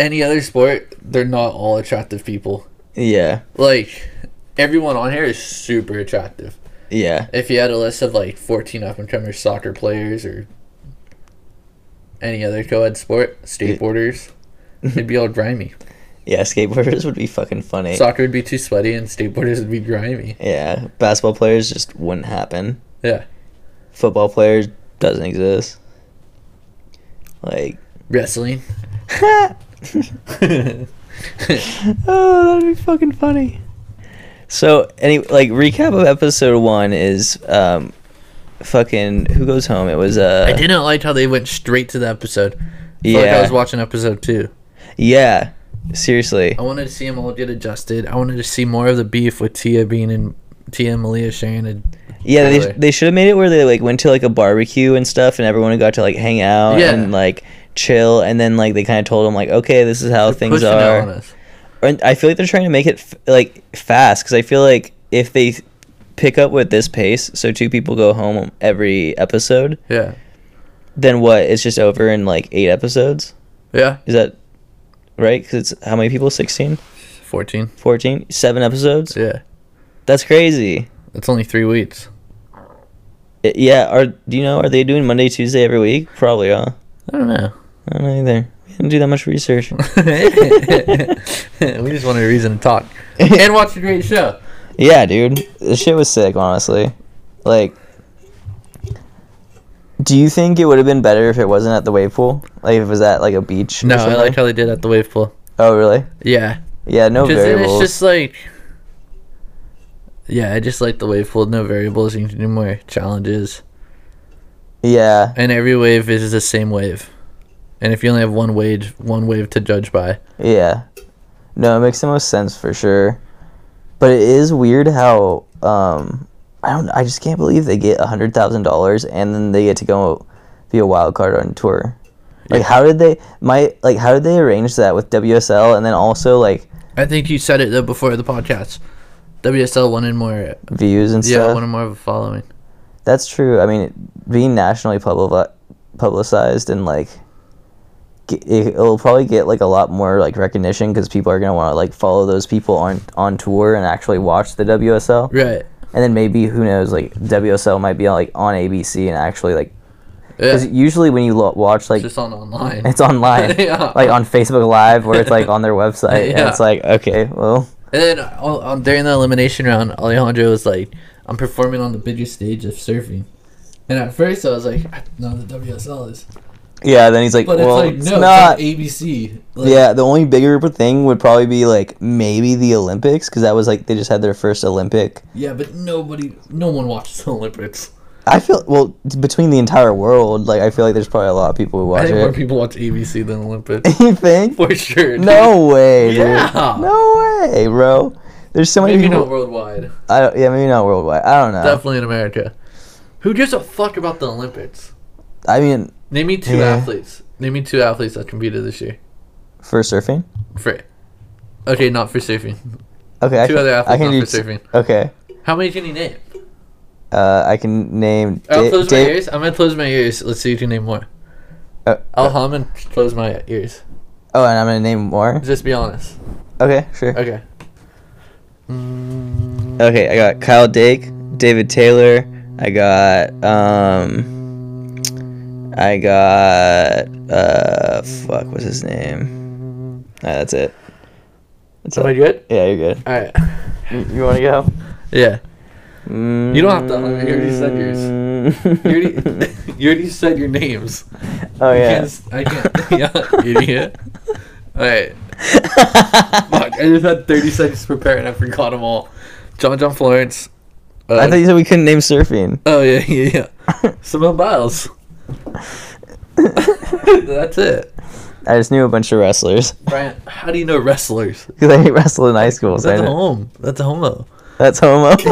[SPEAKER 3] any other sport they're not all attractive people.
[SPEAKER 2] Yeah,
[SPEAKER 3] Like everyone on here is super attractive.
[SPEAKER 2] yeah,
[SPEAKER 3] If you had a list of like 14 up and coming soccer players or any other co-ed sport, skateboarders, they'd be all grimy.
[SPEAKER 2] yeah. Skateboarders would be fucking funny.
[SPEAKER 3] Soccer would be too sweaty and skateboarders would be grimy.
[SPEAKER 2] yeah, basketball players just wouldn't happen.
[SPEAKER 3] Yeah.
[SPEAKER 2] Football players doesn't exist. Like,
[SPEAKER 3] Wrestling.
[SPEAKER 2] oh, that'd be fucking funny. So, any like recap of episode one is um, fucking who goes home? It was uh,
[SPEAKER 3] I didn't like how they went straight to the episode. I feel like I
[SPEAKER 2] yeah,
[SPEAKER 3] was watching episode two.
[SPEAKER 2] yeah. Seriously,
[SPEAKER 3] I wanted to see them all get adjusted. I wanted to see more of the beef with Tia being in Tia and Malia sharing a
[SPEAKER 2] Yeah, they,
[SPEAKER 3] Really.
[SPEAKER 2] they should have made it where they like went to like a barbecue and stuff, and everyone got to like hang out
[SPEAKER 3] Yeah.
[SPEAKER 2] and like chill, and then like they kind of told them like, okay, this is how things
[SPEAKER 3] pushing it on
[SPEAKER 2] are.
[SPEAKER 3] us.
[SPEAKER 2] And I feel like they're trying to make it f- like fast because I feel like if they pick up with this pace, so two people go home every episode,
[SPEAKER 3] Yeah,
[SPEAKER 2] then what? It's just over in like eight episodes.
[SPEAKER 3] yeah.
[SPEAKER 2] Is that right? Because it's how many people? 16?
[SPEAKER 3] Fourteen.
[SPEAKER 2] 14? Seven episodes.
[SPEAKER 3] Yeah,
[SPEAKER 2] That's crazy.
[SPEAKER 3] that's only three weeks.
[SPEAKER 2] I- yeah. Are do you know? Are they doing Monday, Tuesday every week? Probably, huh?
[SPEAKER 3] I don't know.
[SPEAKER 2] I don't know either. We didn't do that much research.
[SPEAKER 3] we just wanted a reason to talk and watch a great show.
[SPEAKER 2] yeah, dude. This shit was sick, honestly. Like, do you think it would have been better if it wasn't at the wave pool? Like, if it was at, like, a beach? or
[SPEAKER 3] No, I
[SPEAKER 2] something?
[SPEAKER 3] like how they did at the wave pool.
[SPEAKER 2] Oh, really?
[SPEAKER 3] Yeah,
[SPEAKER 2] Yeah, no
[SPEAKER 3] because then it's
[SPEAKER 2] variables.
[SPEAKER 3] just like. Yeah, I just like the wave pool. No variables. You can do more challenges.
[SPEAKER 2] Yeah,
[SPEAKER 3] and every wave is the same wave. And if you only have one wave, one wave to judge by,
[SPEAKER 2] yeah. No, it makes the most sense for sure. But it is weird how, um, I don't, I just can't believe they get $100,000 and then they get to go be a wild card on tour. Like how did they my like how did they arrange that with WSL and then also like
[SPEAKER 3] I think you said it though before the podcast. WSL wanted more,
[SPEAKER 2] views and
[SPEAKER 3] yeah,
[SPEAKER 2] stuff?
[SPEAKER 3] wanted more of a following.
[SPEAKER 2] That's true. I mean, being nationally publi- publicized and like g- it- it'll probably get like a lot more like recognition because people are gonna want to like follow those people on on tour and actually watch the WSL.
[SPEAKER 3] Right.
[SPEAKER 2] And then maybe who knows like WSL might be on like on ABC and actually like
[SPEAKER 3] Yeah.
[SPEAKER 2] because usually when you lo- watch like
[SPEAKER 3] It's just on online.
[SPEAKER 2] it's online
[SPEAKER 3] Yeah.
[SPEAKER 2] like on Facebook Live or it's like on their website and
[SPEAKER 3] Yeah.
[SPEAKER 2] it's like okay well
[SPEAKER 3] And then uh, on, during the elimination round, Alejandro was like, "I'm performing on the biggest stage of surfing." And at first, I was like, "No, the WSL is,"
[SPEAKER 2] yeah then he's like
[SPEAKER 3] but
[SPEAKER 2] well
[SPEAKER 3] it's like, no,
[SPEAKER 2] it's
[SPEAKER 3] it's
[SPEAKER 2] not
[SPEAKER 3] like ABC. Like,
[SPEAKER 2] Yeah, the only bigger thing would probably be like maybe the Olympics because that was like they just had their first Olympic.
[SPEAKER 3] Yeah, but nobody, no one watches the Olympics.
[SPEAKER 2] I feel well t- between the entire world, like I feel like there's probably a lot of people who
[SPEAKER 3] I
[SPEAKER 2] watch
[SPEAKER 3] think
[SPEAKER 2] it.
[SPEAKER 3] more people watch ABC than Olympics.
[SPEAKER 2] you think?
[SPEAKER 3] For sure. dude.
[SPEAKER 2] No way, dude.
[SPEAKER 3] Yeah.
[SPEAKER 2] No way, bro. There's so many
[SPEAKER 3] Maybe
[SPEAKER 2] people.
[SPEAKER 3] not worldwide.
[SPEAKER 2] I don't, yeah, maybe not worldwide. I don't know.
[SPEAKER 3] Definitely in America. Who gives a fuck about the Olympics?
[SPEAKER 2] I mean,
[SPEAKER 3] Name me two
[SPEAKER 2] Yeah.
[SPEAKER 3] athletes. Name me two athletes that competed this year.
[SPEAKER 2] for surfing.
[SPEAKER 3] For okay, not for surfing.
[SPEAKER 2] Okay, I
[SPEAKER 3] Two
[SPEAKER 2] can,
[SPEAKER 3] other
[SPEAKER 2] I
[SPEAKER 3] athletes,
[SPEAKER 2] can
[SPEAKER 3] not
[SPEAKER 2] do
[SPEAKER 3] for
[SPEAKER 2] t-
[SPEAKER 3] surfing.
[SPEAKER 2] Okay,
[SPEAKER 3] How many can you name?
[SPEAKER 2] uh, I can name.
[SPEAKER 3] I'll
[SPEAKER 2] Da-
[SPEAKER 3] Oh, close
[SPEAKER 2] Da-
[SPEAKER 3] my ears. I'm gonna close my ears. Let's see if you can name more.
[SPEAKER 2] Uh,
[SPEAKER 3] I'll hum and close my ears.
[SPEAKER 2] oh, and I'm gonna name more.
[SPEAKER 3] Just be honest.
[SPEAKER 2] Okay, sure. Okay,
[SPEAKER 3] Okay. Mm,
[SPEAKER 2] I got Kyle Dake, David Taylor. I got um, I got uh, fuck, what's his name? Ah, that's it. That's
[SPEAKER 3] Am I
[SPEAKER 2] it.
[SPEAKER 3] good?
[SPEAKER 2] Yeah, you're good.
[SPEAKER 3] All right.
[SPEAKER 2] You, want to go?
[SPEAKER 3] Yeah.
[SPEAKER 2] Mm,
[SPEAKER 3] You don't have to. You already said yours. You already, you already said your names.
[SPEAKER 2] oh
[SPEAKER 3] I
[SPEAKER 2] yeah.
[SPEAKER 3] can't s- I can't. yeah, idiot. All right. Fuck, I just had 30 seconds to prepare and I forgot them all. John John Florence. Uh,
[SPEAKER 2] I thought you said we couldn't name surfing.
[SPEAKER 3] oh, yeah, yeah, yeah. Simone Biles. That's it.
[SPEAKER 2] I just knew a bunch of wrestlers
[SPEAKER 3] Brian, how do you know wrestlers?
[SPEAKER 2] because I wrestled in high school. So I
[SPEAKER 3] That's a
[SPEAKER 2] know-
[SPEAKER 3] home. That's a homo.
[SPEAKER 2] That's homo.
[SPEAKER 3] Dude,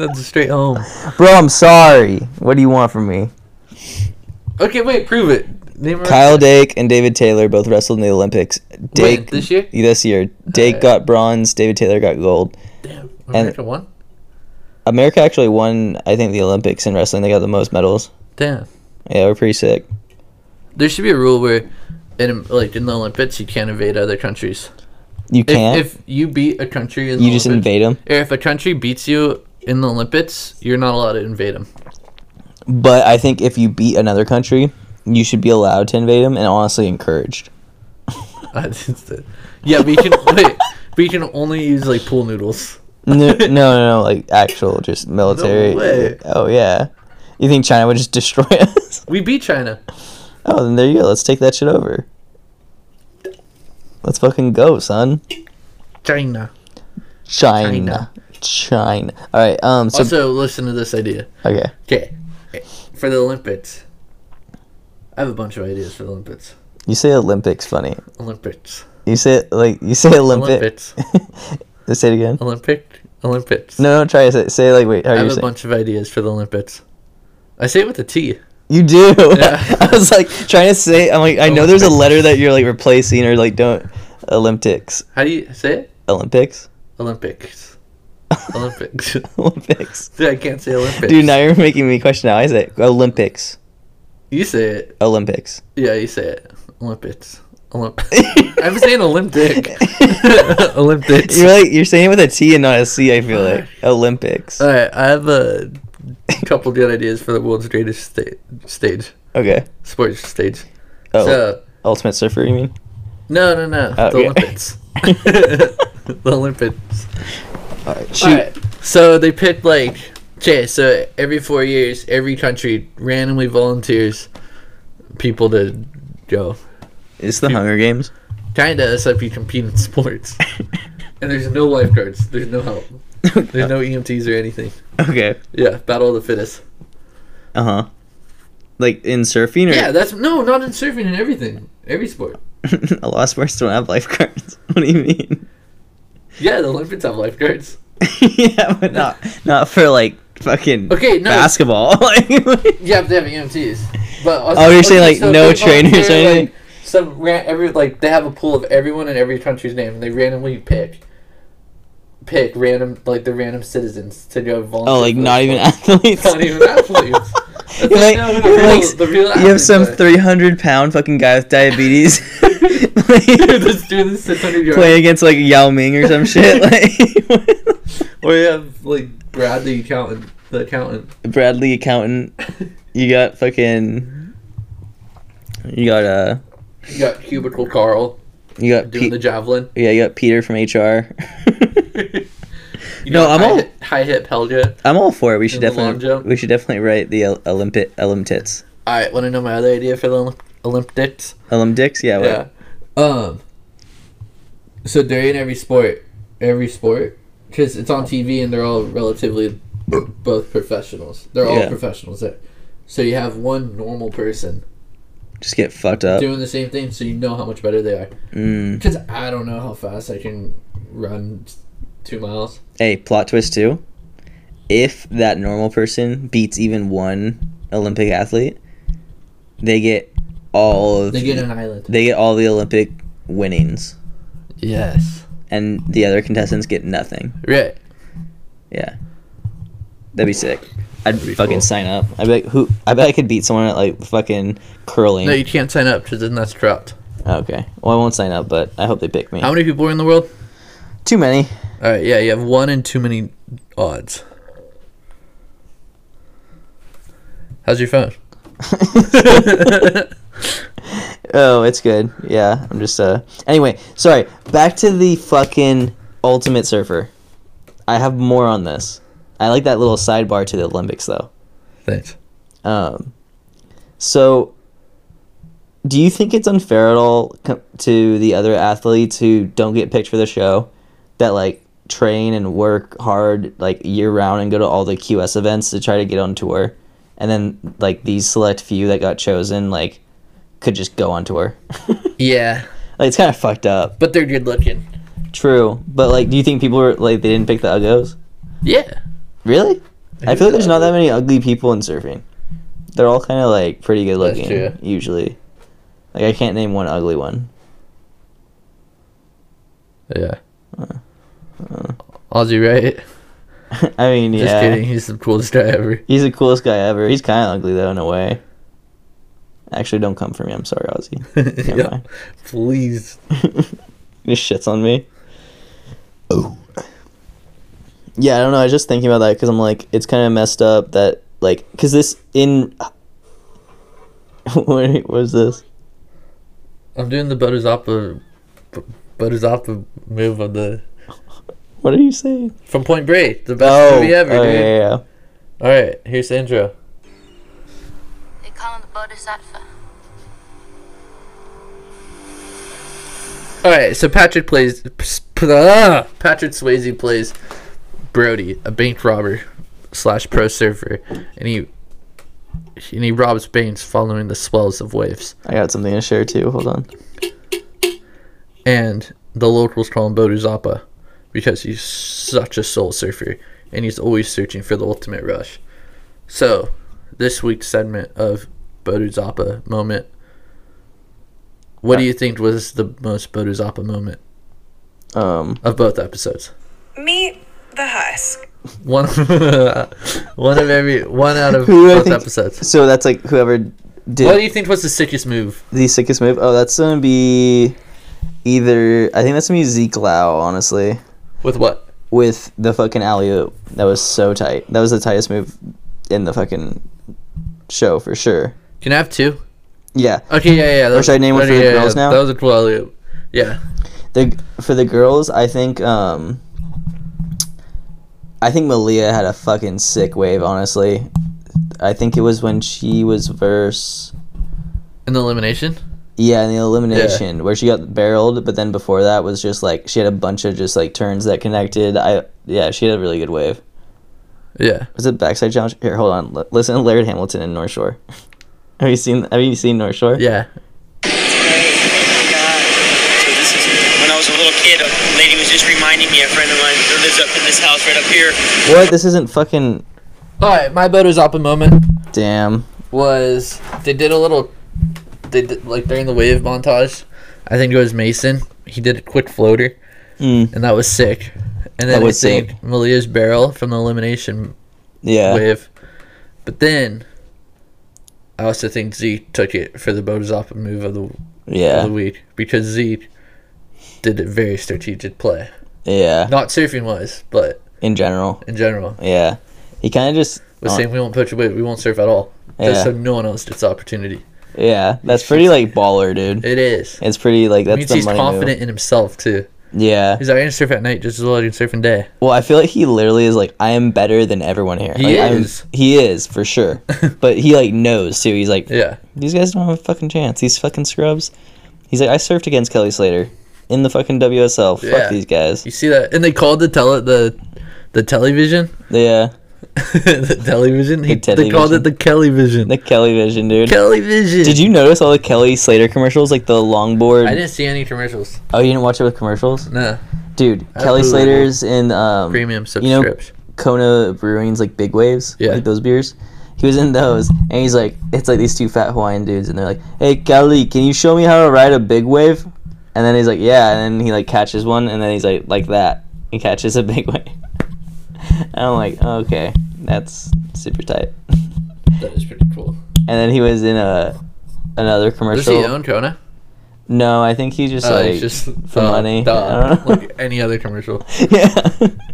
[SPEAKER 3] that's a straight home.
[SPEAKER 2] Bro, I'm sorry. What do you want from me?
[SPEAKER 3] Okay, wait, prove it. Name a
[SPEAKER 2] Kyle
[SPEAKER 3] wrestler.
[SPEAKER 2] Dake and David Taylor both wrestled in the Olympics. Dake
[SPEAKER 3] this Uh, year?
[SPEAKER 2] This year, Dake
[SPEAKER 3] Alright.
[SPEAKER 2] got bronze. David Taylor got gold.
[SPEAKER 3] Damn. America won?
[SPEAKER 2] America actually won, I think, the Olympics in wrestling. They got the most medals.
[SPEAKER 3] Damn.
[SPEAKER 2] Yeah, we're pretty sick.
[SPEAKER 3] There should be a rule where, in like in the Olympics, you can't invade other countries.
[SPEAKER 2] You
[SPEAKER 3] If,
[SPEAKER 2] can't.
[SPEAKER 3] if you beat a country in the
[SPEAKER 2] you just
[SPEAKER 3] Olympics,
[SPEAKER 2] invade them.
[SPEAKER 3] or if a country beats you in the Olympics, you're not allowed to invade them.
[SPEAKER 2] But I think if you beat another country, you should be allowed to invade them and honestly encouraged.
[SPEAKER 3] yeah, we can wait. We can only use like pool noodles.
[SPEAKER 2] No, no, no, no, like actual, just military.
[SPEAKER 3] way.
[SPEAKER 2] Oh yeah. You think China would just destroy us?
[SPEAKER 3] We beat China.
[SPEAKER 2] Oh, then there you go. Let's take that shit over. Let's fucking go, son.
[SPEAKER 3] China.
[SPEAKER 2] China. China. All right. Um. So
[SPEAKER 3] Also, listen to this idea.
[SPEAKER 2] okay.
[SPEAKER 3] Okay, for the Olympics, I have a bunch of ideas for the Olympics.
[SPEAKER 2] You say Olympics funny.
[SPEAKER 3] Olympics.
[SPEAKER 2] You say it like you say Olympic.
[SPEAKER 3] Olympics.
[SPEAKER 2] say it again.
[SPEAKER 3] Olympic. Olympics.
[SPEAKER 2] No, no. Try to say, say it like wait. How
[SPEAKER 3] I
[SPEAKER 2] are you
[SPEAKER 3] have a
[SPEAKER 2] saying?
[SPEAKER 3] bunch of ideas for the Olympics. I say it with a T.
[SPEAKER 2] You do.
[SPEAKER 3] Yeah.
[SPEAKER 2] I was like trying to say. I'm like I know there's a letter that you're like replacing or like don't Olympics.
[SPEAKER 3] How do you say it?
[SPEAKER 2] Olympics.
[SPEAKER 3] Olympics. Olympics.
[SPEAKER 2] Olympics.
[SPEAKER 3] Dude, I can't say Olympics.
[SPEAKER 2] Dude, now you're making me question how I say it. Olympics.
[SPEAKER 3] You say it.
[SPEAKER 2] Olympics.
[SPEAKER 3] Yeah, you say it. Olympics. Olymp- I'm saying Olympic. Olympics.
[SPEAKER 2] You're like you're saying it with a T and not a C. I feel like Olympics.
[SPEAKER 3] All right, I have a couple good ideas for the world's greatest sta- stage,
[SPEAKER 2] Okay.
[SPEAKER 3] sports stage.
[SPEAKER 2] Oh,
[SPEAKER 3] So,
[SPEAKER 2] Ultimate Surfer. You mean?
[SPEAKER 3] no, no, no,
[SPEAKER 2] Oh,
[SPEAKER 3] the
[SPEAKER 2] okay.
[SPEAKER 3] Olympics. the Olympics.
[SPEAKER 2] All right.
[SPEAKER 3] All right. So they picked like okay, so every four years, every country randomly volunteers people to go.
[SPEAKER 2] It's the Hunger Games.
[SPEAKER 3] Kinda, except you compete in sports. and there's no lifeguards. There's no help. There's no EMTs or anything.
[SPEAKER 2] okay.
[SPEAKER 3] Yeah, battle of the fittest.
[SPEAKER 2] Uh huh. Like in surfing or
[SPEAKER 3] Yeah, that's no, not in surfing and everything. Every sport.
[SPEAKER 2] a lot of sports don't have lifeguards. What do you mean?
[SPEAKER 3] Yeah, the Olympics have lifeguards.
[SPEAKER 2] yeah, but not not for like fucking
[SPEAKER 3] Okay, no.
[SPEAKER 2] basketball. Like,
[SPEAKER 3] Yeah, but they have EMTs. But also,
[SPEAKER 2] Oh, you're saying, like, no
[SPEAKER 3] they
[SPEAKER 2] trainers or
[SPEAKER 3] volunteer,
[SPEAKER 2] anything?
[SPEAKER 3] Like, some ran, every like they have a pool of everyone in every country's name, and they randomly pick pick random like the random citizens to go volunteer.
[SPEAKER 2] oh, like
[SPEAKER 3] for
[SPEAKER 2] not
[SPEAKER 3] the
[SPEAKER 2] even
[SPEAKER 3] sport.
[SPEAKER 2] athletes.
[SPEAKER 3] not even athletes. That's
[SPEAKER 2] You're like,
[SPEAKER 3] like, no, no,
[SPEAKER 2] you're
[SPEAKER 3] the
[SPEAKER 2] like
[SPEAKER 3] real- the real
[SPEAKER 2] you have
[SPEAKER 3] athletes
[SPEAKER 2] some
[SPEAKER 3] are-
[SPEAKER 2] 300 pound fucking guy with diabetes
[SPEAKER 3] Dude,
[SPEAKER 2] like,
[SPEAKER 3] this dude is 600 yards.
[SPEAKER 2] playing against like Yao Ming or some shit. Like
[SPEAKER 3] Or you have like Brad the accountant, the accountant.
[SPEAKER 2] Bradley accountant. You got fucking. You got uh.
[SPEAKER 3] You got cubicle Carl
[SPEAKER 2] You got
[SPEAKER 3] doing
[SPEAKER 2] Pe-
[SPEAKER 3] the javelin.
[SPEAKER 2] yeah. You got Peter from HR.
[SPEAKER 3] You
[SPEAKER 2] No,
[SPEAKER 3] got
[SPEAKER 2] I'm
[SPEAKER 3] high
[SPEAKER 2] all-
[SPEAKER 3] hip- high hip Helga.
[SPEAKER 2] I'm all for it. We should
[SPEAKER 3] And the long
[SPEAKER 2] definitely
[SPEAKER 3] jump.
[SPEAKER 2] we should definitely write the Ol- Olympic Olympics.
[SPEAKER 3] All right, want to know my other idea for the Olymp- Olympics?
[SPEAKER 2] Olympics, yeah.
[SPEAKER 3] Yeah.
[SPEAKER 2] What?
[SPEAKER 3] Um. So during every sport, every sport, because it's on TV and they're all relatively both professionals. They're all
[SPEAKER 2] Yeah.
[SPEAKER 3] professionals there. So you have one normal person
[SPEAKER 2] Just get fucked up.
[SPEAKER 3] doing the same thing, so you know how much better they are.
[SPEAKER 2] Mm.
[SPEAKER 3] Because I don't know how fast I can run two miles.
[SPEAKER 2] Hey, plot twist too. If that normal person beats even one Olympic athlete, they get all of
[SPEAKER 3] They get an island.
[SPEAKER 2] they get all the Olympic winnings,
[SPEAKER 3] Yes.
[SPEAKER 2] and the other contestants get nothing.
[SPEAKER 3] Right.
[SPEAKER 2] Yeah, that'd be sick. I'd
[SPEAKER 3] That'd be
[SPEAKER 2] fucking
[SPEAKER 3] cool.
[SPEAKER 2] sign up. I bet who? I bet I could beat someone at like fucking curling.
[SPEAKER 3] No, you can't sign up because then that's dropped.
[SPEAKER 2] okay. Well, I won't sign up, but I hope they pick me.
[SPEAKER 3] How many people are in the world?
[SPEAKER 2] Too many.
[SPEAKER 3] All right, yeah, you have one in too many odds. How's your phone?
[SPEAKER 2] Oh, it's good. Yeah, I'm just uh. Anyway, sorry. Back to the fucking Ultimate Surfer. I have more on this. I like that little sidebar to the Olympics though.
[SPEAKER 3] Thanks.
[SPEAKER 2] Um, so, do you think it's unfair at all co- to the other athletes who don't get picked for the show that like train and work hard like year round and go to all the QS events to try to get on tour, and then like these select few that got chosen like could just go on tour?
[SPEAKER 3] Yeah,
[SPEAKER 2] Like it's kind of fucked up.
[SPEAKER 3] but they're good looking.
[SPEAKER 2] True, but like, do you think people were like they didn't pick the uggos?
[SPEAKER 3] Yeah.
[SPEAKER 2] Really? I
[SPEAKER 3] think
[SPEAKER 2] feel like
[SPEAKER 3] so.
[SPEAKER 2] there's not that many ugly people in surfing. They're all kind of like pretty good
[SPEAKER 3] That's
[SPEAKER 2] looking
[SPEAKER 3] true.
[SPEAKER 2] usually. Like I can't name one ugly one.
[SPEAKER 3] Yeah. Aussie, right?
[SPEAKER 2] I mean,
[SPEAKER 3] Just
[SPEAKER 2] yeah,
[SPEAKER 3] kidding. He's the coolest guy ever.
[SPEAKER 2] he's the coolest guy ever. He's kind of ugly though in a way. Actually, don't come for me. I'm sorry, Ozzy. Never
[SPEAKER 3] Yeah.
[SPEAKER 2] mind.
[SPEAKER 3] Please.
[SPEAKER 2] This shits on me. Oh. Yeah, I don't know. I was just thinking about that because I'm like, it's kind of messed up that like, because this in. what was this?
[SPEAKER 3] I'm doing the Bodhisattva, B- Bodhisattva move on the
[SPEAKER 2] What are you saying?
[SPEAKER 3] from Point Break, the best movie ever,
[SPEAKER 2] oh,
[SPEAKER 3] dude.
[SPEAKER 2] yeah, yeah, yeah.
[SPEAKER 3] All right, here's the intro.
[SPEAKER 4] They call him the Bodhisattva.
[SPEAKER 3] All right, so Patrick plays. ah, Patrick Swayze plays Brody, a bank robber slash pro surfer, and he and he robs banks following the swells of waves.
[SPEAKER 2] I got something to share too. Hold on.
[SPEAKER 3] And the locals call him Bodhisattva because he's such a soul surfer, and he's always searching for the ultimate rush. So, this week's segment of Bodhisattva moment. What do you think was the most Bodhisattva moment
[SPEAKER 2] Um,
[SPEAKER 3] of both episodes?
[SPEAKER 5] Meet the husk.
[SPEAKER 3] one one of every one out of
[SPEAKER 2] Who do I
[SPEAKER 3] both
[SPEAKER 2] think-
[SPEAKER 3] episodes.
[SPEAKER 2] so that's like whoever did
[SPEAKER 3] What do you think was the sickest move?
[SPEAKER 2] the sickest move. Oh, that's gonna be either. I think that's gonna be Zeke Lau, honestly,
[SPEAKER 3] With what?
[SPEAKER 2] with the fucking alley oop. That was so tight. That was the tightest move in the fucking show for sure.
[SPEAKER 3] Can I have two?
[SPEAKER 2] Yeah,
[SPEAKER 3] Okay, yeah, yeah. yeah. That
[SPEAKER 2] should I name one
[SPEAKER 3] okay,
[SPEAKER 2] for the
[SPEAKER 3] yeah, yeah,
[SPEAKER 2] girls now?
[SPEAKER 3] That was a cool alley-oop. Yeah,
[SPEAKER 2] the for the girls, I think. Um, I think Malia had a fucking sick wave. Honestly, I think it was when she was verse.
[SPEAKER 3] in the elimination.
[SPEAKER 2] Yeah, in the elimination where she got barreled, but then before that was just like she had a bunch of just like turns that connected. I yeah, she had a really good wave.
[SPEAKER 3] Yeah,
[SPEAKER 2] Was it backside challenge? Here, hold on. L- listen, to Laird Hamilton in North Shore. have you seen Have you seen North Shore?
[SPEAKER 3] yeah.
[SPEAKER 6] When I was a little kid, a lady was just reminding me, a friend of mine who lives up in this house right up here.
[SPEAKER 2] What? This isn't fucking.
[SPEAKER 3] All right, my Bodhisattva moment
[SPEAKER 2] Damn.
[SPEAKER 3] was they did a little, they did like during the wave montage. I think it was Mason. He did a quick floater,
[SPEAKER 2] Mm,
[SPEAKER 3] and that was sick. And
[SPEAKER 2] That
[SPEAKER 3] then I
[SPEAKER 2] was sick.
[SPEAKER 3] think Malia's barrel from the elimination
[SPEAKER 2] yeah.
[SPEAKER 3] wave. But then, I also think Zeke took it for the Bodhisattva move of the, of the
[SPEAKER 2] Yeah.
[SPEAKER 3] week because Zeke did a very strategic play.
[SPEAKER 2] Yeah.
[SPEAKER 3] Not surfing wise, but
[SPEAKER 2] In general.
[SPEAKER 3] in general.
[SPEAKER 2] Yeah. He kind of just.
[SPEAKER 3] Was
[SPEAKER 2] Oh.
[SPEAKER 3] saying we won't push away, we won't surf at all. Just
[SPEAKER 2] Yeah.
[SPEAKER 3] so no one else gets the opportunity.
[SPEAKER 2] oh, Yeah. That's pretty like baller, dude.
[SPEAKER 3] It is.
[SPEAKER 2] It's pretty like
[SPEAKER 3] It
[SPEAKER 2] that's
[SPEAKER 3] means
[SPEAKER 2] the
[SPEAKER 3] he's
[SPEAKER 2] money move.
[SPEAKER 3] confident in himself too.
[SPEAKER 2] Yeah.
[SPEAKER 3] He's like, I can surf at night just as well as I can surf in day.
[SPEAKER 2] Well, I feel like he literally is like, I am better than everyone here. Like,
[SPEAKER 3] He
[SPEAKER 2] I'm-
[SPEAKER 3] is.
[SPEAKER 2] he is for sure. but he like knows too. He's like,
[SPEAKER 3] Yeah.
[SPEAKER 2] these guys don't have a fucking chance. These fucking scrubs. He's like, I surfed against Kelly Slater in the fucking WSL.
[SPEAKER 3] Yeah.
[SPEAKER 2] Fuck these guys.
[SPEAKER 3] You see that? And they called the tele the the television.
[SPEAKER 2] Yeah,
[SPEAKER 3] the television. He,
[SPEAKER 2] The
[SPEAKER 3] They called it
[SPEAKER 2] television.
[SPEAKER 3] the Kelly vision.
[SPEAKER 2] the Kelly Vision, dude.
[SPEAKER 3] Kelly vision.
[SPEAKER 2] Did you notice all the Kelly Slater commercials, like the longboard?
[SPEAKER 3] I didn't see any commercials.
[SPEAKER 2] Oh, you didn't watch it with commercials,
[SPEAKER 3] No.
[SPEAKER 2] dude.
[SPEAKER 3] I
[SPEAKER 2] Kelly
[SPEAKER 3] absolutely
[SPEAKER 2] Slater's in um,
[SPEAKER 3] Premium
[SPEAKER 2] You know,
[SPEAKER 3] subscription.
[SPEAKER 2] Kona Brewing's like big waves,
[SPEAKER 3] Yeah.
[SPEAKER 2] like those beers. He was in those, and he's like, it's like these two fat Hawaiian dudes, and they're like, "Hey, Kelly, can you show me how to ride a big wave?" And then he's like, "Yeah," and then he like catches one, and then he's like, like that, he catches a big wave. and I'm like, okay, that's super tight.
[SPEAKER 3] That is pretty cool.
[SPEAKER 2] And then he was in a another
[SPEAKER 3] Does
[SPEAKER 2] commercial.
[SPEAKER 3] he own Kona?
[SPEAKER 2] No, I think he's just
[SPEAKER 3] Oh,
[SPEAKER 2] like
[SPEAKER 3] it's just
[SPEAKER 2] for
[SPEAKER 3] oh,
[SPEAKER 2] money.
[SPEAKER 3] duh,
[SPEAKER 2] I don't know.
[SPEAKER 3] like any other commercial.
[SPEAKER 2] yeah,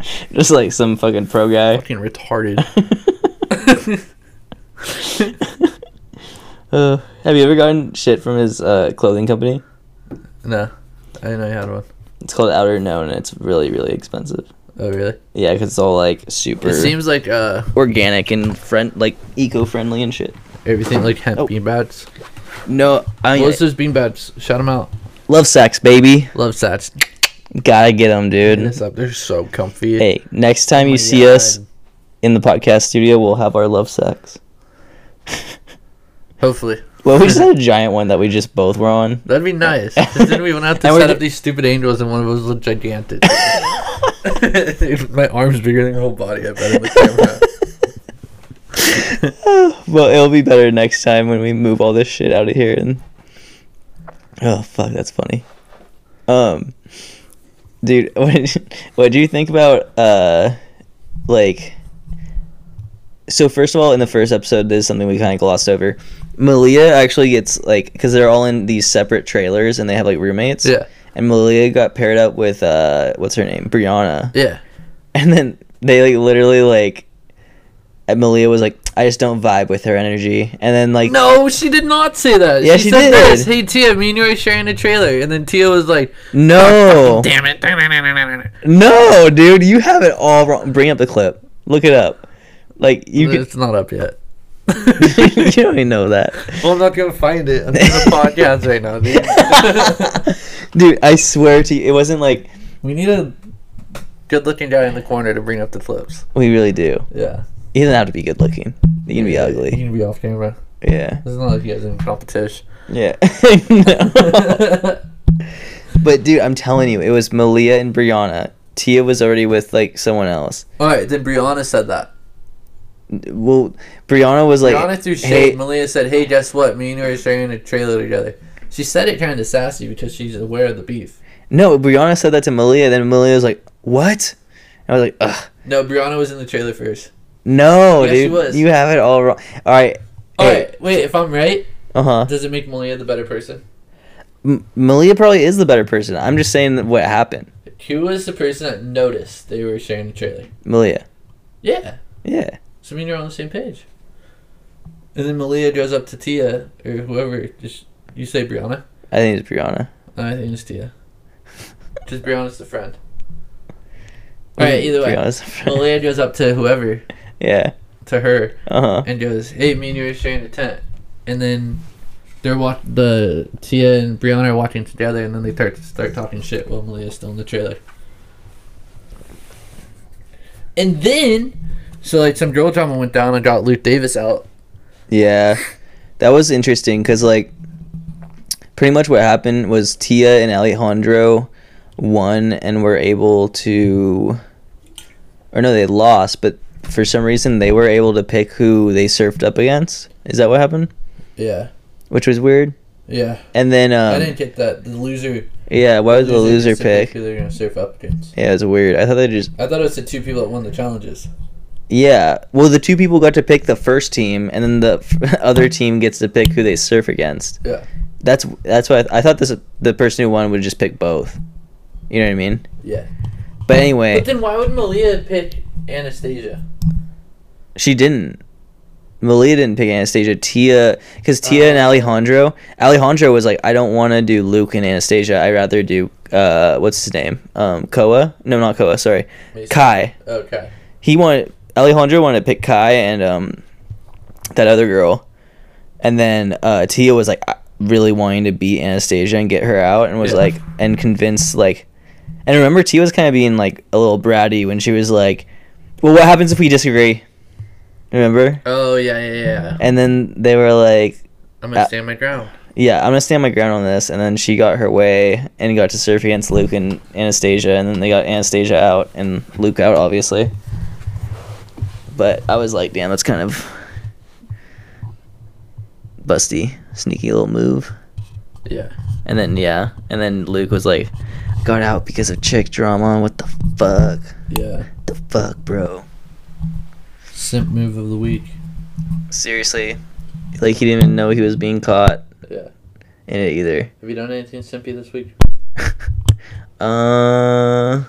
[SPEAKER 2] just like some fucking pro guy.
[SPEAKER 3] Fucking retarded.
[SPEAKER 2] Uh, have you ever gotten shit from his uh, clothing company?
[SPEAKER 3] no, I didn't know you had one.
[SPEAKER 2] It's called Outer Known, and it's really, really expensive.
[SPEAKER 3] Oh really?
[SPEAKER 2] Yeah, 'cause it's all like super
[SPEAKER 3] It seems like uh
[SPEAKER 2] organic and friend, like eco-friendly and shit.
[SPEAKER 3] everything like hemp
[SPEAKER 2] Oh.
[SPEAKER 3] beanbags.
[SPEAKER 2] No, I
[SPEAKER 3] What was those beanbags? Shout them out.
[SPEAKER 2] love sacks, baby.
[SPEAKER 3] Love sats.
[SPEAKER 2] Gotta get them,
[SPEAKER 3] Hit
[SPEAKER 2] dude.
[SPEAKER 3] us up. They're so comfy.
[SPEAKER 2] Hey, next time
[SPEAKER 3] Oh my
[SPEAKER 2] you see us
[SPEAKER 3] God.
[SPEAKER 2] in the podcast studio, we'll have our love sacks.
[SPEAKER 3] Hopefully.
[SPEAKER 2] Well, we just had a giant one that we just both were on.
[SPEAKER 3] That'd be nice. 'Cause then we went out to
[SPEAKER 2] And we're
[SPEAKER 3] set
[SPEAKER 2] ju-
[SPEAKER 3] up these stupid angels, and one of us looked gigantic. Dude, my arm's bigger than your whole body. I bet on the camera.
[SPEAKER 2] Well, it'll be better next time when we move all this shit out of here and Oh fuck, that's funny. Um dude, what what do you think about uh like so first of all in the first episode there's something we kind of glossed over. Malia actually gets like cuz they're all in these separate trailers and they have like roommates.
[SPEAKER 3] yeah,
[SPEAKER 2] And Malia got paired up with uh what's her name? Brianna
[SPEAKER 3] yeah.
[SPEAKER 2] and then they like literally like Emilia was like, I just don't vibe with her energy, and then like
[SPEAKER 3] No, she did not say that.
[SPEAKER 2] Yeah, she
[SPEAKER 3] said
[SPEAKER 2] did.
[SPEAKER 3] this. Hey Tia, me and you are sharing a trailer, and then Tia was like,
[SPEAKER 2] no,
[SPEAKER 3] "Damn it!" It's
[SPEAKER 2] no, dude, you have it all wrong. Bring up the clip, look it up. Like you, can,
[SPEAKER 3] not up yet.
[SPEAKER 2] you don't even know that,
[SPEAKER 3] well, I'm not gonna find it. I'm doing a podcast right now. Dude.
[SPEAKER 2] dude. I swear to you, it wasn't like
[SPEAKER 3] we need a good-looking guy in the corner to bring up the clips.
[SPEAKER 2] we really do.
[SPEAKER 3] Yeah,
[SPEAKER 2] He doesn't have to be good looking. He can be
[SPEAKER 3] You
[SPEAKER 2] ugly.
[SPEAKER 3] can be off camera.
[SPEAKER 2] Yeah,
[SPEAKER 3] It's not like he has any competition.
[SPEAKER 2] yeah. No. But dude, I'm telling you, it was Malia and Brianna. Tia was already with like someone else.
[SPEAKER 3] All right, then Brianna said that.
[SPEAKER 2] Well, Brianna was like,
[SPEAKER 3] Brianna threw shade.
[SPEAKER 2] "Hey,
[SPEAKER 3] Malia said, "Hey, guess what? Me and you are sharing a trailer together." She said it kind of sassy because she's aware of the beef.
[SPEAKER 2] No, Brianna said that to Malia. Then Malia was like, "What?" I was like, "Ugh,
[SPEAKER 3] No, Brianna was in the trailer first.
[SPEAKER 2] no,
[SPEAKER 3] Yes, she
[SPEAKER 2] dude,
[SPEAKER 3] was.
[SPEAKER 2] you have it all wrong." All right,
[SPEAKER 3] All right,
[SPEAKER 2] Hey.
[SPEAKER 3] wait. If I'm right,
[SPEAKER 2] uh huh.
[SPEAKER 3] does it make Malia the better person?
[SPEAKER 2] M- Malia probably is the better person. I'm just saying that what happened,
[SPEAKER 3] Who was the person that noticed they were sharing the trailer?
[SPEAKER 2] Malia.
[SPEAKER 3] Yeah.
[SPEAKER 2] Yeah,
[SPEAKER 3] So me and you're on the same page. And then Malia goes up to Tia or whoever. Just you say Brianna.
[SPEAKER 2] I think it's Brianna.
[SPEAKER 3] I think it's Tia. Just Brianna's the friend. All right. Either way,
[SPEAKER 2] Mm, Brianna's
[SPEAKER 3] Malia goes up to whoever
[SPEAKER 2] yeah.
[SPEAKER 3] to her.
[SPEAKER 2] Uh huh.
[SPEAKER 3] and goes, "Hey, me and you are sharing a tent." And then they're walk the Tia and Brianna are walking together, and then they start start talking shit while Malia's still in the trailer. And then, so like some girl drama went down and got Luke Davis out.
[SPEAKER 2] Yeah, that was interesting because like pretty much what happened was Tia and Alejandro won and were able to, or no, they lost, but for some reason they were able to pick who they surfed up against. Is that what happened?
[SPEAKER 3] Yeah,
[SPEAKER 2] Which was weird.
[SPEAKER 3] yeah.
[SPEAKER 2] And then
[SPEAKER 3] I
[SPEAKER 2] um,
[SPEAKER 3] didn't get that. The loser.
[SPEAKER 2] yeah, why was the loser
[SPEAKER 3] gets to
[SPEAKER 2] pick?
[SPEAKER 3] Who they're gonna surf up against?
[SPEAKER 2] Yeah, it was weird. I thought they just
[SPEAKER 3] I thought it was the two people that won the challenges.
[SPEAKER 2] yeah. Well, the two people got to pick the first team, and then the f- other team gets to pick who they surf against.
[SPEAKER 3] Yeah.
[SPEAKER 2] That's that's why I, I thought this the person who won would just pick both. You know what I mean?
[SPEAKER 3] Yeah.
[SPEAKER 2] But anyway,
[SPEAKER 3] But then why would Malia pick Anastasia?
[SPEAKER 2] she didn't. Malia didn't pick Anastasia. Tia, because Tia and Alejandro, Alejandro was like, I don't want to do Luke and Anastasia. I rather do uh, what's his name? Um, Koa? No, not Koa. Sorry,
[SPEAKER 3] Mason.
[SPEAKER 2] Kai.
[SPEAKER 3] Okay.
[SPEAKER 2] He wanted Alejandro wanted to pick Kai and um, that other girl, and then uh, Tia was like I- really wanting to beat Anastasia and get her out, and was
[SPEAKER 3] Yeah.
[SPEAKER 2] like and convinced like, and remember Tia was kind of being like a little bratty when she was like, "Well, what happens if we disagree?" Remember?
[SPEAKER 3] Oh yeah, yeah, yeah.
[SPEAKER 2] And then they were like,
[SPEAKER 3] I'm gonna
[SPEAKER 2] Uh,
[SPEAKER 3] stand my ground.
[SPEAKER 2] "Yeah, I'm gonna stand my ground on this." And then she got her way and got to surf against Luke and Anastasia, and then they got Anastasia out and Luke out, obviously. But I was like, "Damn, that's kind of busty, sneaky little move.
[SPEAKER 3] Yeah.
[SPEAKER 2] And then yeah, and then Luke was like, I "Got out because of chick drama. What the fuck?
[SPEAKER 3] Yeah.
[SPEAKER 2] The fuck, bro?
[SPEAKER 3] Simp move of the week.
[SPEAKER 2] Seriously? Like he didn't even know he was being caught
[SPEAKER 3] Yeah.
[SPEAKER 2] in it either.
[SPEAKER 3] Have you done anything simpy this week?
[SPEAKER 2] Uh,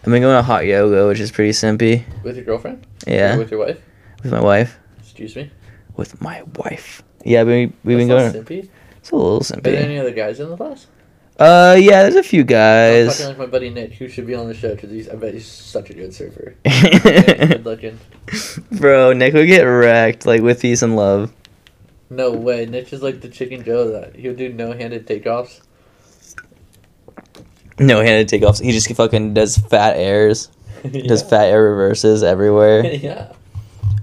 [SPEAKER 2] I've been going to hot yoga, which is pretty simpy.
[SPEAKER 3] With your girlfriend?
[SPEAKER 2] Yeah,
[SPEAKER 3] Or
[SPEAKER 2] with,
[SPEAKER 3] with your wife?
[SPEAKER 2] my wife.
[SPEAKER 3] Excuse me.
[SPEAKER 2] With my wife. Yeah, we we've been
[SPEAKER 3] That's
[SPEAKER 2] going.
[SPEAKER 3] not simpy.
[SPEAKER 2] It's a little
[SPEAKER 3] Are there
[SPEAKER 2] simpy.
[SPEAKER 3] any other guys in the class?
[SPEAKER 2] Uh, yeah, there's a few
[SPEAKER 3] I'm
[SPEAKER 2] guys.
[SPEAKER 3] talking like my buddy Nick, who should be on the show because he's. I bet he's such a good surfer. Yeah, good looking.
[SPEAKER 2] Bro, Nick would get wrecked like with peace and love.
[SPEAKER 3] No way. Nick's is like the chicken Joe that he'll do no-handed takeoffs.
[SPEAKER 2] No handed takeoffs. He just fucking does fat airs.
[SPEAKER 3] yeah.
[SPEAKER 2] Does fat air reverses everywhere.
[SPEAKER 3] yeah.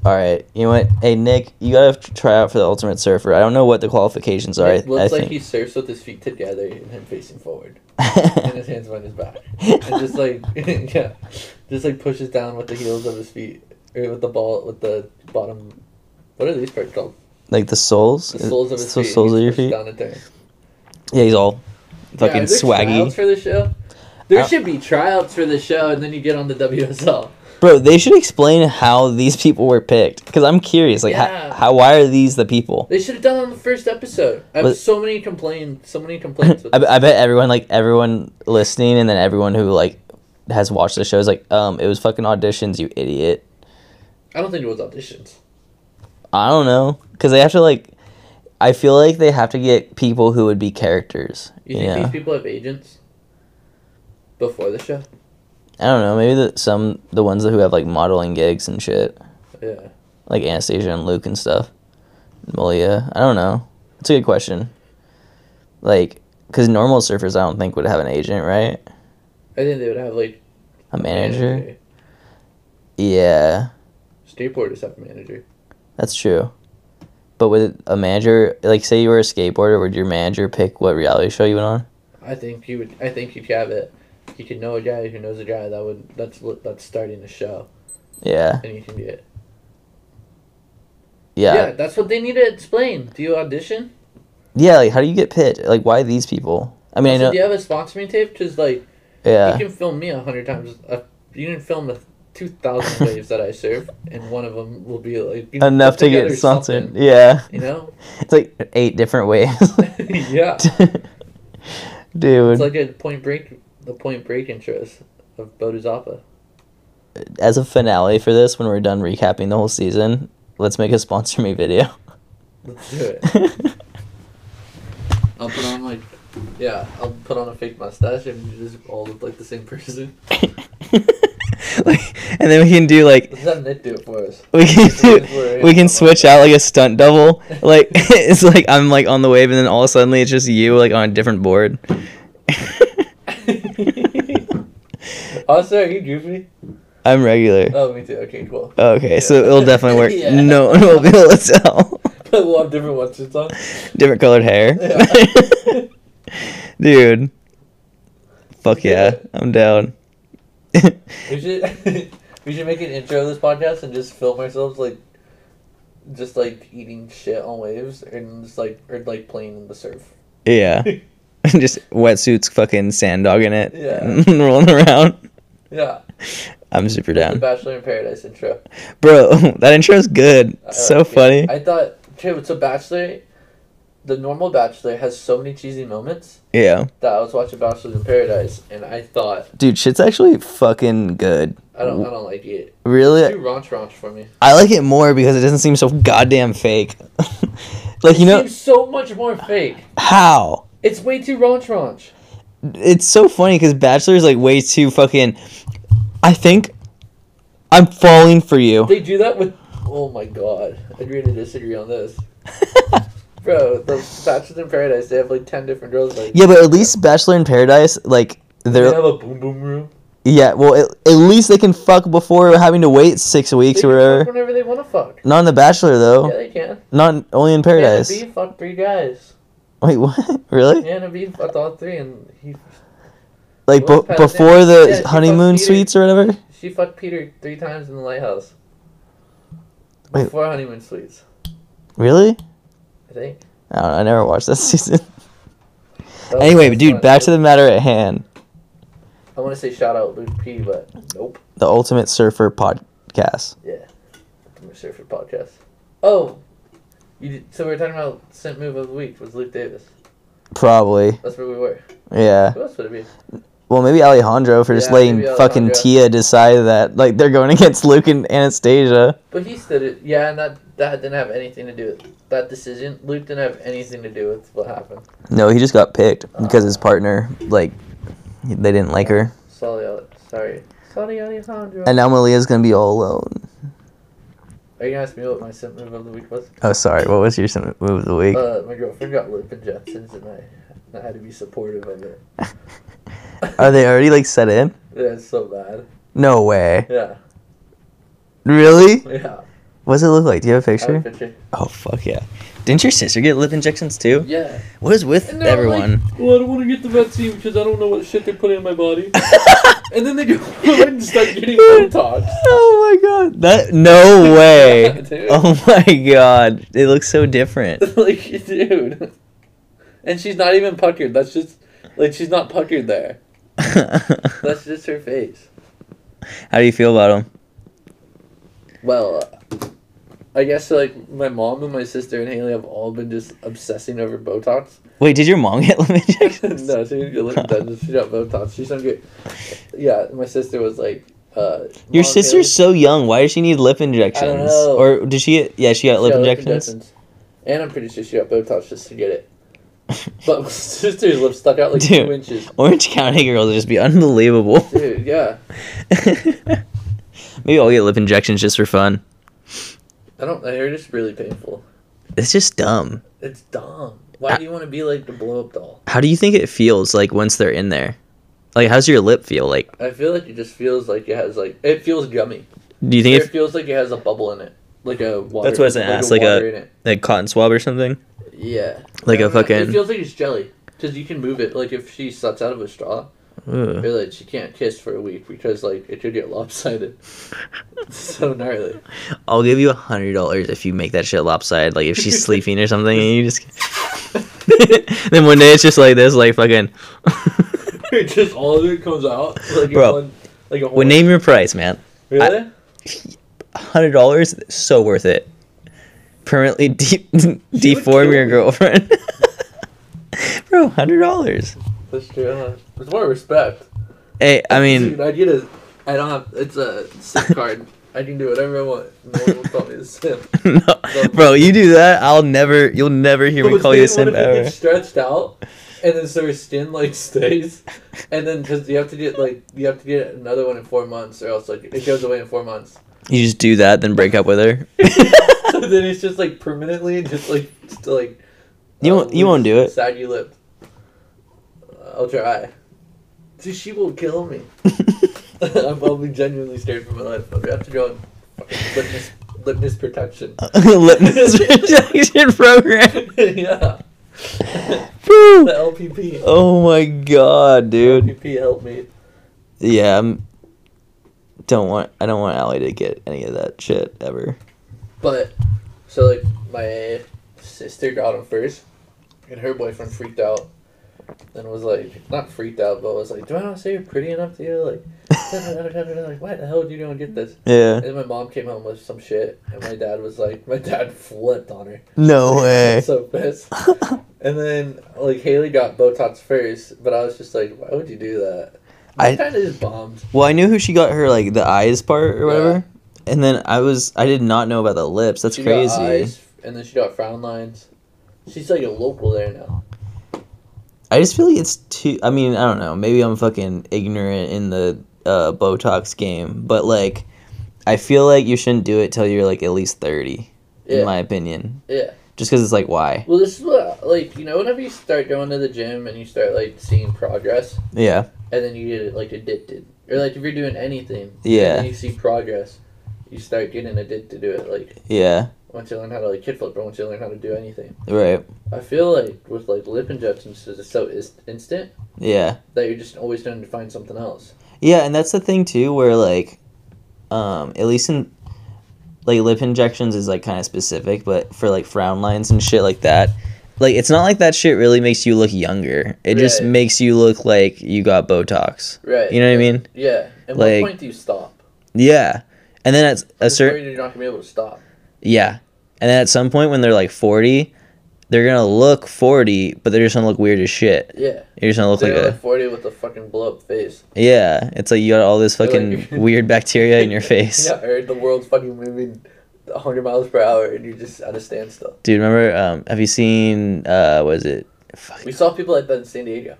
[SPEAKER 2] All right, you know what? Hey Nick, you gotta t- try out for the Ultimate Surfer. I don't know what the qualifications are.
[SPEAKER 3] Nick
[SPEAKER 2] I,
[SPEAKER 3] looks
[SPEAKER 2] I
[SPEAKER 3] like
[SPEAKER 2] think.
[SPEAKER 3] he surfs with his feet together and him facing forward, and his hands behind his back, and just like yeah, just like pushes down with the heels of his feet or with the ball with the bottom. What are these parts called?
[SPEAKER 2] Like the soles.
[SPEAKER 3] The soles of his
[SPEAKER 2] Uh, So-
[SPEAKER 3] feet.
[SPEAKER 2] soles
[SPEAKER 3] He
[SPEAKER 2] of your
[SPEAKER 3] pushes
[SPEAKER 2] feet.
[SPEAKER 3] Down and turns.
[SPEAKER 2] Yeah, he's all
[SPEAKER 3] Yeah,
[SPEAKER 2] fucking
[SPEAKER 3] are there
[SPEAKER 2] swaggy,
[SPEAKER 3] Tryouts for the show. There
[SPEAKER 2] Uh,
[SPEAKER 3] should be tryouts for the show, and then you get on the WSL.
[SPEAKER 2] bro. They should explain how these people were picked, because I'm curious. Like, ho-
[SPEAKER 3] Yeah.
[SPEAKER 2] how, why are these the people?
[SPEAKER 3] They should have done it on the first episode. I have
[SPEAKER 2] Was-
[SPEAKER 3] so many complaints. So many
[SPEAKER 2] I,
[SPEAKER 3] complaints. With
[SPEAKER 2] I bet everyone, like everyone listening, and then everyone who like has watched the show is like, um, it was fucking auditions, you idiot.
[SPEAKER 3] I don't think it was auditions.
[SPEAKER 2] I don't know, because they have to like. I feel like they have to get people who would be characters.
[SPEAKER 3] You
[SPEAKER 2] yeah.
[SPEAKER 3] think these people have agents before the show?
[SPEAKER 2] I don't know. Maybe the, some the ones who have like modeling gigs and shit,
[SPEAKER 3] Yeah.
[SPEAKER 2] like Anastasia and Luke and stuff. Malia, I don't know. It's a good question. Like, cause normal surfers, I don't think would have an agent, right?
[SPEAKER 3] I think they would have like
[SPEAKER 2] A manager. Yeah,
[SPEAKER 3] Skateboarders have a manager.
[SPEAKER 2] that's true. But with a manager, like say you were a skateboarder, would your manager pick what reality show you went on?
[SPEAKER 3] I think he would. I think he'd have it. He could know a guy who knows a guy that would. That's what- that's starting the show,
[SPEAKER 2] Yeah,
[SPEAKER 3] and you can get.
[SPEAKER 2] yeah,
[SPEAKER 3] Yeah,
[SPEAKER 2] yeah.
[SPEAKER 3] that's what they need to explain. Do you audition?
[SPEAKER 2] like, how do you get picked? Like, why these people? I mean,
[SPEAKER 3] Also,
[SPEAKER 2] I
[SPEAKER 3] do
[SPEAKER 2] know.
[SPEAKER 3] you have a sponsoring tape? Because like
[SPEAKER 2] Yeah,
[SPEAKER 3] you can film me a hundred times. Uh, you can film the two thousand waves that I serve, and one of them will be like you can
[SPEAKER 2] enough
[SPEAKER 3] put
[SPEAKER 2] to get
[SPEAKER 3] together
[SPEAKER 2] sponsored.
[SPEAKER 3] something,
[SPEAKER 2] Yeah,
[SPEAKER 3] You know?
[SPEAKER 2] it's like eight different ways.
[SPEAKER 3] yeah.
[SPEAKER 2] Dude,
[SPEAKER 3] It's like a Point Break, the Point Break intros of Bodhisattva.
[SPEAKER 2] as a finale for this, when we're done recapping the whole season, let's make a sponsor me video.
[SPEAKER 3] Let's do it. I'll put on like, yeah, I'll put on a fake mustache and you just all look like the same person.
[SPEAKER 2] like, and then we can do like
[SPEAKER 3] Let's have Nick do it for us.
[SPEAKER 2] we can
[SPEAKER 3] This is where
[SPEAKER 2] do, we
[SPEAKER 3] it
[SPEAKER 2] can
[SPEAKER 3] is.
[SPEAKER 2] switch out like a stunt double. Like it's like I'm like on the wave, and then all of a sudden it's just you like on a different board.
[SPEAKER 3] Also, Oh, are you goofy?
[SPEAKER 2] I'm regular.
[SPEAKER 3] Oh, me too. Okay, cool.
[SPEAKER 2] Okay, so it'll definitely work.
[SPEAKER 3] Yeah.
[SPEAKER 2] No one will be able to tell.
[SPEAKER 3] But we'll have different ones on.
[SPEAKER 2] Different colored hair.
[SPEAKER 3] Yeah.
[SPEAKER 2] Dude. Fuck yeah.
[SPEAKER 3] Yeah.
[SPEAKER 2] I'm down.
[SPEAKER 3] We should, we should make an intro of this podcast and just film ourselves like, just like eating shit on waves and just like or like playing in the surf.
[SPEAKER 2] yeah. Just wetsuits fucking sand dogging it
[SPEAKER 3] Yeah.
[SPEAKER 2] and rolling around.
[SPEAKER 3] Yeah,
[SPEAKER 2] I'm super
[SPEAKER 3] the
[SPEAKER 2] down.
[SPEAKER 3] Bachelor in Paradise intro.
[SPEAKER 2] Bro, that intro's good.
[SPEAKER 3] I
[SPEAKER 2] so
[SPEAKER 3] like it.
[SPEAKER 2] funny.
[SPEAKER 3] I thought, okay, but so Bachelor, the normal Bachelor has so many cheesy moments
[SPEAKER 2] yeah.
[SPEAKER 3] that I was watching Bachelor in Paradise and I thought,
[SPEAKER 2] Dude, shit's actually fucking good.
[SPEAKER 3] I don't, I don't like it. Too
[SPEAKER 2] Really?
[SPEAKER 3] raunch raunch for me.
[SPEAKER 2] I like it more because it doesn't seem so goddamn fake. like, you know,
[SPEAKER 3] Seems so much more fake.
[SPEAKER 2] how?
[SPEAKER 3] It's way too raunch raunch.
[SPEAKER 2] it's so funny because Bachelor is like way too fucking. I think I'm falling for you.
[SPEAKER 3] They do that with. Oh my god, agree to disagree on this, bro. The Bachelor in Paradise, they have like ten different girls. Like,
[SPEAKER 2] yeah, but at least Bachelor in Paradise, like
[SPEAKER 3] they
[SPEAKER 2] they're
[SPEAKER 3] have a boom boom room.
[SPEAKER 2] yeah. Well, at, at least they can fuck before having to wait six
[SPEAKER 3] They
[SPEAKER 2] weeks
[SPEAKER 3] can
[SPEAKER 2] or
[SPEAKER 3] fuck
[SPEAKER 2] whatever.
[SPEAKER 3] whenever they want to fuck.
[SPEAKER 2] Not in the Bachelor though.
[SPEAKER 3] Yeah, they can.
[SPEAKER 2] Not only in
[SPEAKER 3] Hannah
[SPEAKER 2] Oh. Paradise.
[SPEAKER 3] B fucked three guys.
[SPEAKER 2] Wait, what? Really?
[SPEAKER 3] Hannah B fucked all three, and he
[SPEAKER 2] Like
[SPEAKER 3] What was
[SPEAKER 2] b-
[SPEAKER 3] Paradise?
[SPEAKER 2] before
[SPEAKER 3] Yeah, she
[SPEAKER 2] the
[SPEAKER 3] fucked
[SPEAKER 2] honeymoon
[SPEAKER 3] Peter.
[SPEAKER 2] suites or whatever.
[SPEAKER 3] She fucked Peter three times in the lighthouse.
[SPEAKER 2] Wait.
[SPEAKER 3] Before honeymoon suites.
[SPEAKER 2] Really?
[SPEAKER 3] I think.
[SPEAKER 2] I don't know. I never watched that season.
[SPEAKER 3] Oh,
[SPEAKER 2] anyway, but dude, back to the matter at hand.
[SPEAKER 3] I want to say shout out Luke P, but nope.
[SPEAKER 2] The Ultimate Surfer podcast.
[SPEAKER 3] Yeah, I'm a surfer podcast. Oh, you did, so we were talking about scent move of the week was Luke Davis.
[SPEAKER 2] Probably.
[SPEAKER 3] That's where we were.
[SPEAKER 2] Yeah.
[SPEAKER 3] Who else would it be?
[SPEAKER 2] Well, maybe Alejandro for just
[SPEAKER 3] Yeah,
[SPEAKER 2] letting
[SPEAKER 3] maybe
[SPEAKER 2] fucking
[SPEAKER 3] Alejandro.
[SPEAKER 2] Tia decide that like they're going against Luke and Anastasia.
[SPEAKER 3] But he stood it. Yeah, and that that didn't have anything to do with that decision. Luke didn't have anything to do with what happened.
[SPEAKER 2] No, he just got picked because his partner like they didn't like her.
[SPEAKER 3] Sorry, Ale- sorry, sorry, Alejandro.
[SPEAKER 2] And now Malia's gonna be all alone.
[SPEAKER 3] Are you gonna ask me what my scent move of the week was?
[SPEAKER 2] Oh, sorry. What was your sim- move of the week?
[SPEAKER 3] Uh, my girlfriend got lip injections, and I, and I had to be supportive of it.
[SPEAKER 2] Are they already like set in?
[SPEAKER 3] Yeah, it's so bad.
[SPEAKER 2] No way.
[SPEAKER 3] Yeah,
[SPEAKER 2] Really?
[SPEAKER 3] yeah.
[SPEAKER 2] What does it look like? Do you have a
[SPEAKER 3] I have a
[SPEAKER 2] picture?
[SPEAKER 3] picture.
[SPEAKER 2] Oh fuck yeah! Didn't your sister get lip injections too?
[SPEAKER 3] Yeah.
[SPEAKER 2] What is with
[SPEAKER 3] And they're
[SPEAKER 2] everyone?
[SPEAKER 3] Like, well, I don't want to get the vaccine because I don't know what shit they're putting in my body. and then they go and start getting Botox.
[SPEAKER 2] Oh my god! That no way!
[SPEAKER 3] Yeah, dude.
[SPEAKER 2] oh my god! It looks so different.
[SPEAKER 3] like, dude. And she's not even puckered. That's just, like, she's not puckered there.
[SPEAKER 2] How
[SPEAKER 3] That's just her face.
[SPEAKER 2] do you feel about him?
[SPEAKER 3] Well, uh, I guess, like, my mom and my sister and Haley have all been just obsessing over Botox.
[SPEAKER 2] Wait, did your mom get lip injections?
[SPEAKER 3] no, she didn't get lip injections. She got Botox. She's not good. Yeah, my sister was like, uh,
[SPEAKER 2] Your
[SPEAKER 3] Mom, Haley-
[SPEAKER 2] sister's so young. Why does she need lip injections?
[SPEAKER 3] know.
[SPEAKER 2] Or did she? Get, yeah, she got lip
[SPEAKER 3] Yeah,
[SPEAKER 2] injections.
[SPEAKER 3] And I'm pretty sure she got Botox just to get it. But my sister's lips stuck out like
[SPEAKER 2] Dude.
[SPEAKER 3] two inches.
[SPEAKER 2] Orange County girls would just be unbelievable.
[SPEAKER 3] Dude, yeah.
[SPEAKER 2] Maybe I'll get lip injections just for fun.
[SPEAKER 3] I don't. They're just really painful.
[SPEAKER 2] It's just dumb.
[SPEAKER 3] It's dumb. Why do you want to be like the blow up doll?
[SPEAKER 2] How do you think it feels like once they're in there? Like, how's your lip feel? Like,
[SPEAKER 3] I feel like it just feels like it has like it feels gummy.
[SPEAKER 2] do you think
[SPEAKER 3] It
[SPEAKER 2] it,
[SPEAKER 3] feels like it has a bubble in it, like a water.
[SPEAKER 2] That's what I was gonna ask, like
[SPEAKER 3] water
[SPEAKER 2] a-
[SPEAKER 3] in it.
[SPEAKER 2] like cotton swab or something?
[SPEAKER 3] yeah.
[SPEAKER 2] Like
[SPEAKER 3] I
[SPEAKER 2] a
[SPEAKER 3] don't know. It
[SPEAKER 2] fucking-
[SPEAKER 3] feels like it's jelly because you can move it. Like if she sucks out of a straw,
[SPEAKER 2] Ugh.
[SPEAKER 3] or like she can't kiss for a week because like it could get lopsided. so gnarly.
[SPEAKER 2] I'll give you a hundred dollars if you make that shit lopsided. Like if she's sleeping or something, and you just then one day it's just like this, like fucking.
[SPEAKER 3] It just all of it comes out like a
[SPEAKER 2] Bro,
[SPEAKER 3] one, like a whole.
[SPEAKER 2] well, name your price, man.
[SPEAKER 3] really?
[SPEAKER 2] Hundred dollars, so worth it. Permanently de- deform
[SPEAKER 3] kill
[SPEAKER 2] your
[SPEAKER 3] me.
[SPEAKER 2] girlfriend, bro. Hundred dollars.
[SPEAKER 3] That's true. huh? It's more respect.
[SPEAKER 2] Hey, I
[SPEAKER 3] Dude,
[SPEAKER 2] mean,
[SPEAKER 3] I get a. I don't have. It's a SIM card. I can do whatever I want. No one will call me a sim.
[SPEAKER 2] no, bro, you do that, I'll never, you'll never hear me call you a simp ever.
[SPEAKER 3] It's stretched out, and then so your skin like stays, and then because you have to get like you have to get another one in four months, or else like it goes away in four months.
[SPEAKER 2] You just do that, then break up with her.
[SPEAKER 3] so then it's just like permanently just like just, like. uh,
[SPEAKER 2] You won't- you won't do it.
[SPEAKER 3] Saggy lip. I'll try. Dude, she will kill me. I'm probably genuinely scared for my life. I'm gonna have to go on fucking litmus, litmus protection.
[SPEAKER 2] Litmus protection program.
[SPEAKER 3] yeah.
[SPEAKER 2] Woo.
[SPEAKER 3] The LPP.
[SPEAKER 2] Oh my god, dude.
[SPEAKER 3] LPP helped me.
[SPEAKER 2] Yeah, I'm. Don't want. I don't want Allie to get any of that shit ever.
[SPEAKER 3] But, so like, my sister got him first, and her boyfriend freaked out. And was like, not freaked out, but was like, do I not say you're pretty enough to you? Like, like, why the hell did you go and get this?
[SPEAKER 2] Yeah.
[SPEAKER 3] And my mom came home with some shit, and my dad was like, my dad flipped on her.
[SPEAKER 2] No way.
[SPEAKER 3] so pissed. and then like Haley got Botox first, but I was just like, why would you do that? I
[SPEAKER 2] I-
[SPEAKER 3] kind of just bombed.
[SPEAKER 2] Well, I knew who she got her like the eyes part or whatever, and then I was I did not know about the lips. That's
[SPEAKER 3] She got
[SPEAKER 2] crazy.
[SPEAKER 3] eyes, and then she got frown lines. She's like a local there now.
[SPEAKER 2] I just feel like it's too. I mean, I don't know. Maybe I'm fucking ignorant in the uh, Botox game, but like, I feel like you shouldn't do it till you're like at least thirty,
[SPEAKER 3] Yeah.
[SPEAKER 2] in my opinion.
[SPEAKER 3] Yeah.
[SPEAKER 2] Just because it's like why?
[SPEAKER 3] Well, this is what like you know whenever you start going to the gym and you start like seeing progress,
[SPEAKER 2] Yeah.
[SPEAKER 3] and then you get like addicted, or like if you're doing anything,
[SPEAKER 2] Yeah.
[SPEAKER 3] and then you see progress, you start getting addicted to it. Like
[SPEAKER 2] Yeah.
[SPEAKER 3] once you learn how to like kid flip, or once you learn how to do anything,
[SPEAKER 2] Right.
[SPEAKER 3] I feel like with like lip injections, it's so is- instant.
[SPEAKER 2] Yeah.
[SPEAKER 3] that you're just always trying to find something else.
[SPEAKER 2] Yeah, and that's the thing too, where like, um, at least in like lip injections is like kind of specific, but for like frown lines and shit like that, like it's not like that shit really makes you look younger. It just
[SPEAKER 3] Right.
[SPEAKER 2] makes you look like you got Botox.
[SPEAKER 3] Right.
[SPEAKER 2] You know what I mean?
[SPEAKER 3] Yeah. At
[SPEAKER 2] Like-
[SPEAKER 3] what point do you stop?
[SPEAKER 2] Yeah. And then at a
[SPEAKER 3] At
[SPEAKER 2] certain
[SPEAKER 3] point, you're not gonna be able to stop.
[SPEAKER 2] Yeah. And then at some point when they're like 40, they're going to look 40, but they're just going to look weird as shit.
[SPEAKER 3] Yeah.
[SPEAKER 2] You're just going to look
[SPEAKER 3] They're
[SPEAKER 2] like
[SPEAKER 3] like
[SPEAKER 2] a.
[SPEAKER 3] forty with a fucking blow up face.
[SPEAKER 2] Yeah. It's like you got all this
[SPEAKER 3] They're
[SPEAKER 2] fucking
[SPEAKER 3] like-
[SPEAKER 2] weird bacteria in your face.
[SPEAKER 3] Yeah, or the world's fucking moving hundred miles per hour and you're just at a standstill.
[SPEAKER 2] Dude, remember, um, have you seen, uh, was it? Fuck.
[SPEAKER 3] We
[SPEAKER 2] We,
[SPEAKER 3] saw people like that in San Diego.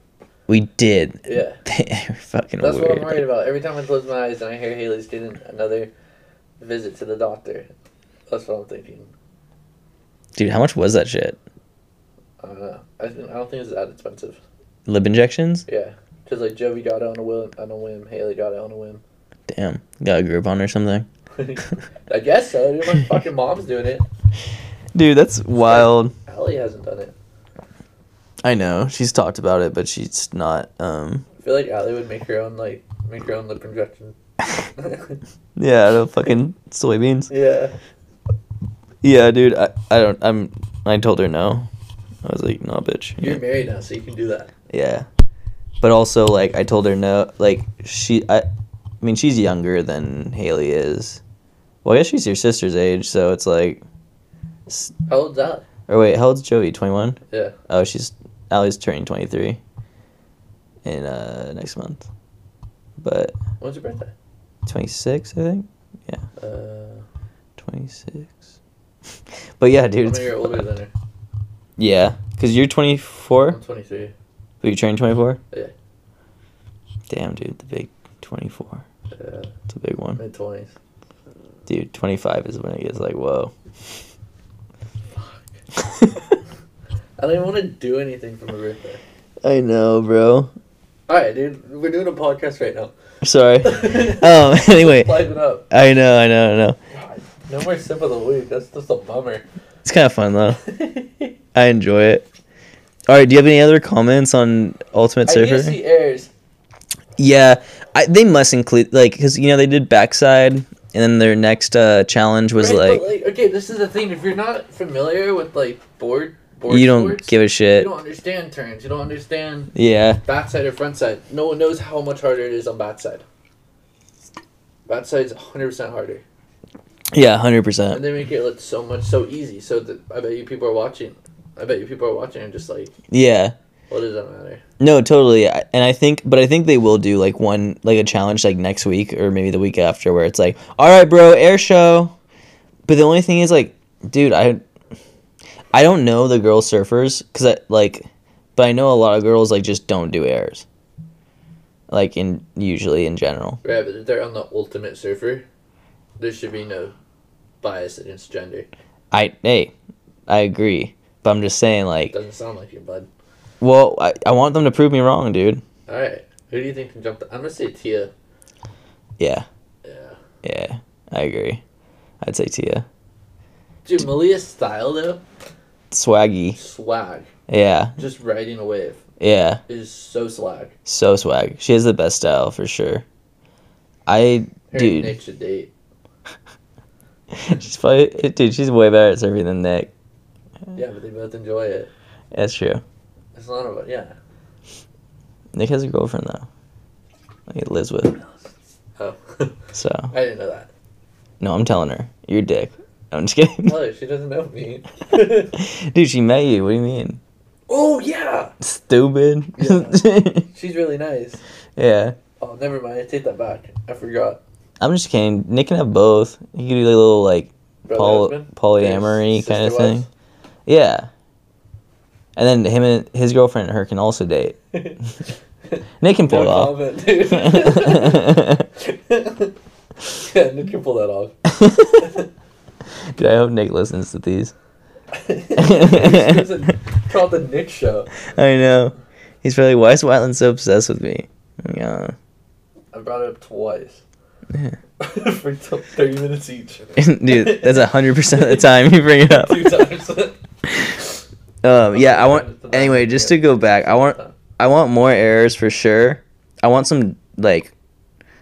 [SPEAKER 2] did.
[SPEAKER 3] Yeah.
[SPEAKER 2] They're fucking
[SPEAKER 3] That's
[SPEAKER 2] weird.
[SPEAKER 3] what I'm worried about. Every time I close my eyes and I hear Haley's getting another visit to the doctor. That's what I'm thinking.
[SPEAKER 2] Dude, how much was that shit?
[SPEAKER 3] I don't know. I, think, I don't think it's that expensive.
[SPEAKER 2] Lib injections?
[SPEAKER 3] Yeah, because like Joey got it on a whim, on a whim. Haley got it on a whim.
[SPEAKER 2] Damn. Got a group on or something.
[SPEAKER 3] I guess so. dude. My fucking mom's doing it.
[SPEAKER 2] Dude, that's wild.
[SPEAKER 3] Allie hasn't done it.
[SPEAKER 2] I know. She's talked about it, but she's not, um,
[SPEAKER 3] I feel like Allie would make her own like make her own lip injection.
[SPEAKER 2] yeah, out of fucking soybeans.
[SPEAKER 3] yeah.
[SPEAKER 2] Yeah, dude. I, I don't. I'm. I told her no. I was like, no, bitch.
[SPEAKER 3] You're married now, so you can do that.
[SPEAKER 2] Yeah. But also, like, I told her no. Like, she. I. I mean, she's younger than Haley is. Well, I guess she's your sister's age, so it's like. s-
[SPEAKER 3] How old's Allie?
[SPEAKER 2] Or wait, how old's Joey? Twenty one.
[SPEAKER 3] Yeah.
[SPEAKER 2] Oh, she's Allie's turning twenty three. In uh next month, but
[SPEAKER 3] When's your birthday?
[SPEAKER 2] twenty six, I think.
[SPEAKER 3] Uh,
[SPEAKER 2] Twenty six. but yeah,
[SPEAKER 3] I'm
[SPEAKER 2] dude.
[SPEAKER 3] a
[SPEAKER 2] it's-
[SPEAKER 3] year older than her.
[SPEAKER 2] Yeah, cause you're twenty four.
[SPEAKER 3] I'm 23.
[SPEAKER 2] But you trained 24?
[SPEAKER 3] Yeah.
[SPEAKER 2] Damn, dude, the big 24.
[SPEAKER 3] Uh,
[SPEAKER 2] It's a big one.
[SPEAKER 3] mid 20s.
[SPEAKER 2] Dude, 25 is when it gets like, whoa.
[SPEAKER 3] I don't even want to do anything for my birthday.
[SPEAKER 2] I know, bro.
[SPEAKER 3] All right, dude. We're doing a podcast right now.
[SPEAKER 2] Sorry. um, anyway.
[SPEAKER 3] Life it up.
[SPEAKER 2] I know, I know, I know.
[SPEAKER 3] No more sip of the week. That's just a bummer.
[SPEAKER 2] It's kind of fun, though. I enjoy it. All right, do you have any other comments on Ultimate
[SPEAKER 3] I
[SPEAKER 2] Surfer?
[SPEAKER 3] do see errors.
[SPEAKER 2] Yeah, I, they must include, like, because, you know, they did Backside, and then their next uh, challenge was,
[SPEAKER 3] Right,
[SPEAKER 2] like,
[SPEAKER 3] but, okay, this is the thing. If you're not familiar with like board, board
[SPEAKER 2] you don't
[SPEAKER 3] sports,
[SPEAKER 2] give a
[SPEAKER 3] you
[SPEAKER 2] shit.
[SPEAKER 3] don't understand turns. You don't understand
[SPEAKER 2] Yeah.
[SPEAKER 3] backside or front side. No one knows how much harder it is on backside. Backside's 100 percent harder,
[SPEAKER 2] Yeah, 100%.
[SPEAKER 3] and they make it look so much so easy. So that I bet you people are watching. I bet you people are watching and just like,
[SPEAKER 2] Yeah.
[SPEAKER 3] what does that matter?
[SPEAKER 2] No, totally. I- And I think, but I think they will do like one, like a challenge like next week or maybe the week after where it's like, all right, bro, air show. But the only thing is like, dude, I, I don't know the girl surfers because I like, but I know a lot of girls like just don't do airs. Like in usually in general.
[SPEAKER 3] Right, but if they're on the ultimate surfer, there should be no bias against gender.
[SPEAKER 2] I, hey, I agree. But I'm just saying like,
[SPEAKER 3] Doesn't sound like you, bud.
[SPEAKER 2] well, I, I want them to prove me wrong, dude.
[SPEAKER 3] All right, who do you think can jump? The- I'm gonna say Tia.
[SPEAKER 2] Yeah.
[SPEAKER 3] Yeah.
[SPEAKER 2] Yeah. I agree. I'd say Tia.
[SPEAKER 3] Dude, Malia's style though,
[SPEAKER 2] Swaggy.
[SPEAKER 3] swag,
[SPEAKER 2] Yeah.
[SPEAKER 3] just riding a wave
[SPEAKER 2] Yeah.
[SPEAKER 3] is so swag.
[SPEAKER 2] So swag. She has the best style for sure. I
[SPEAKER 3] Her
[SPEAKER 2] Dude.
[SPEAKER 3] and Nick should date.
[SPEAKER 2] she's probably dude. She's way better at surfing than Nick.
[SPEAKER 3] Yeah, but they both enjoy it.
[SPEAKER 2] That's true.
[SPEAKER 3] It's not about yeah.
[SPEAKER 2] Nick has a girlfriend though. Like he lives with.
[SPEAKER 3] Oh,
[SPEAKER 2] So
[SPEAKER 3] I didn't know that.
[SPEAKER 2] no, I'm telling her. You're a dick. I'm just kidding.
[SPEAKER 3] Oh, she doesn't know me.
[SPEAKER 2] dude, she met you. What do you mean?
[SPEAKER 3] oh yeah,
[SPEAKER 2] Stupid. Yeah.
[SPEAKER 3] Yeah. she's really nice. Oh, never mind. I take that back. I forgot.
[SPEAKER 2] I'm just kidding. Nick can have both. He could do like little like
[SPEAKER 3] Brother,
[SPEAKER 2] Paul-
[SPEAKER 3] husband?
[SPEAKER 2] polyamory
[SPEAKER 3] Yes,
[SPEAKER 2] kind of
[SPEAKER 3] sister
[SPEAKER 2] thing. Yeah. And then him and his girlfriend and her can also date.
[SPEAKER 3] wives.
[SPEAKER 2] Nick can pull
[SPEAKER 3] no
[SPEAKER 2] it off.
[SPEAKER 3] comment, dude. yeah, Nick can pull that off.
[SPEAKER 2] Dude, I hope Nick listens to these.
[SPEAKER 3] It's a- called the Nick Show.
[SPEAKER 2] I know. He's probably, why is Wyland so obsessed with me? Yeah.
[SPEAKER 3] I brought it up twice.
[SPEAKER 2] Yeah.
[SPEAKER 3] For t- 30 minutes each.
[SPEAKER 2] Dude, that's 100% of the time you bring it up.
[SPEAKER 3] Two times.
[SPEAKER 2] Um, yeah, I want, anyway, just to go back, I want, I want more errors for sure. I want some, like,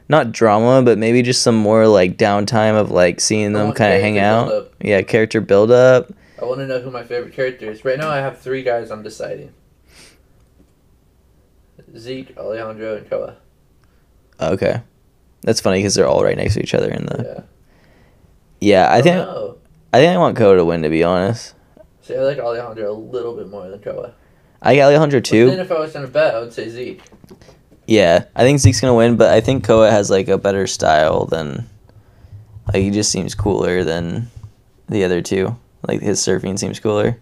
[SPEAKER 2] not drama, but maybe just some more like downtime of like seeing them
[SPEAKER 3] want
[SPEAKER 2] kind of
[SPEAKER 3] character
[SPEAKER 2] hang out.
[SPEAKER 3] build-up.
[SPEAKER 2] Yeah, character build up.
[SPEAKER 3] I want to know who my favorite character is. Right now, I have three guys I'm deciding Zeke, Alejandro, and Koa.
[SPEAKER 2] Okay, that's funny because they're all right next to each other in the.
[SPEAKER 3] Yeah.
[SPEAKER 2] Yeah, Uh,
[SPEAKER 3] Oh,
[SPEAKER 2] I
[SPEAKER 3] don't
[SPEAKER 2] think
[SPEAKER 3] know.
[SPEAKER 2] I think I want Koa to win. To be honest,
[SPEAKER 3] See, I like Alejandro a little bit more than Koa.
[SPEAKER 2] I got Alejandro
[SPEAKER 3] But Then
[SPEAKER 2] too.
[SPEAKER 3] if I was going to bet, I would say Zeke.
[SPEAKER 2] Yeah, I think Zeke's gonna win, but I think Koa has like a better style than, like he just seems cooler than the other two. Like his surfing seems cooler,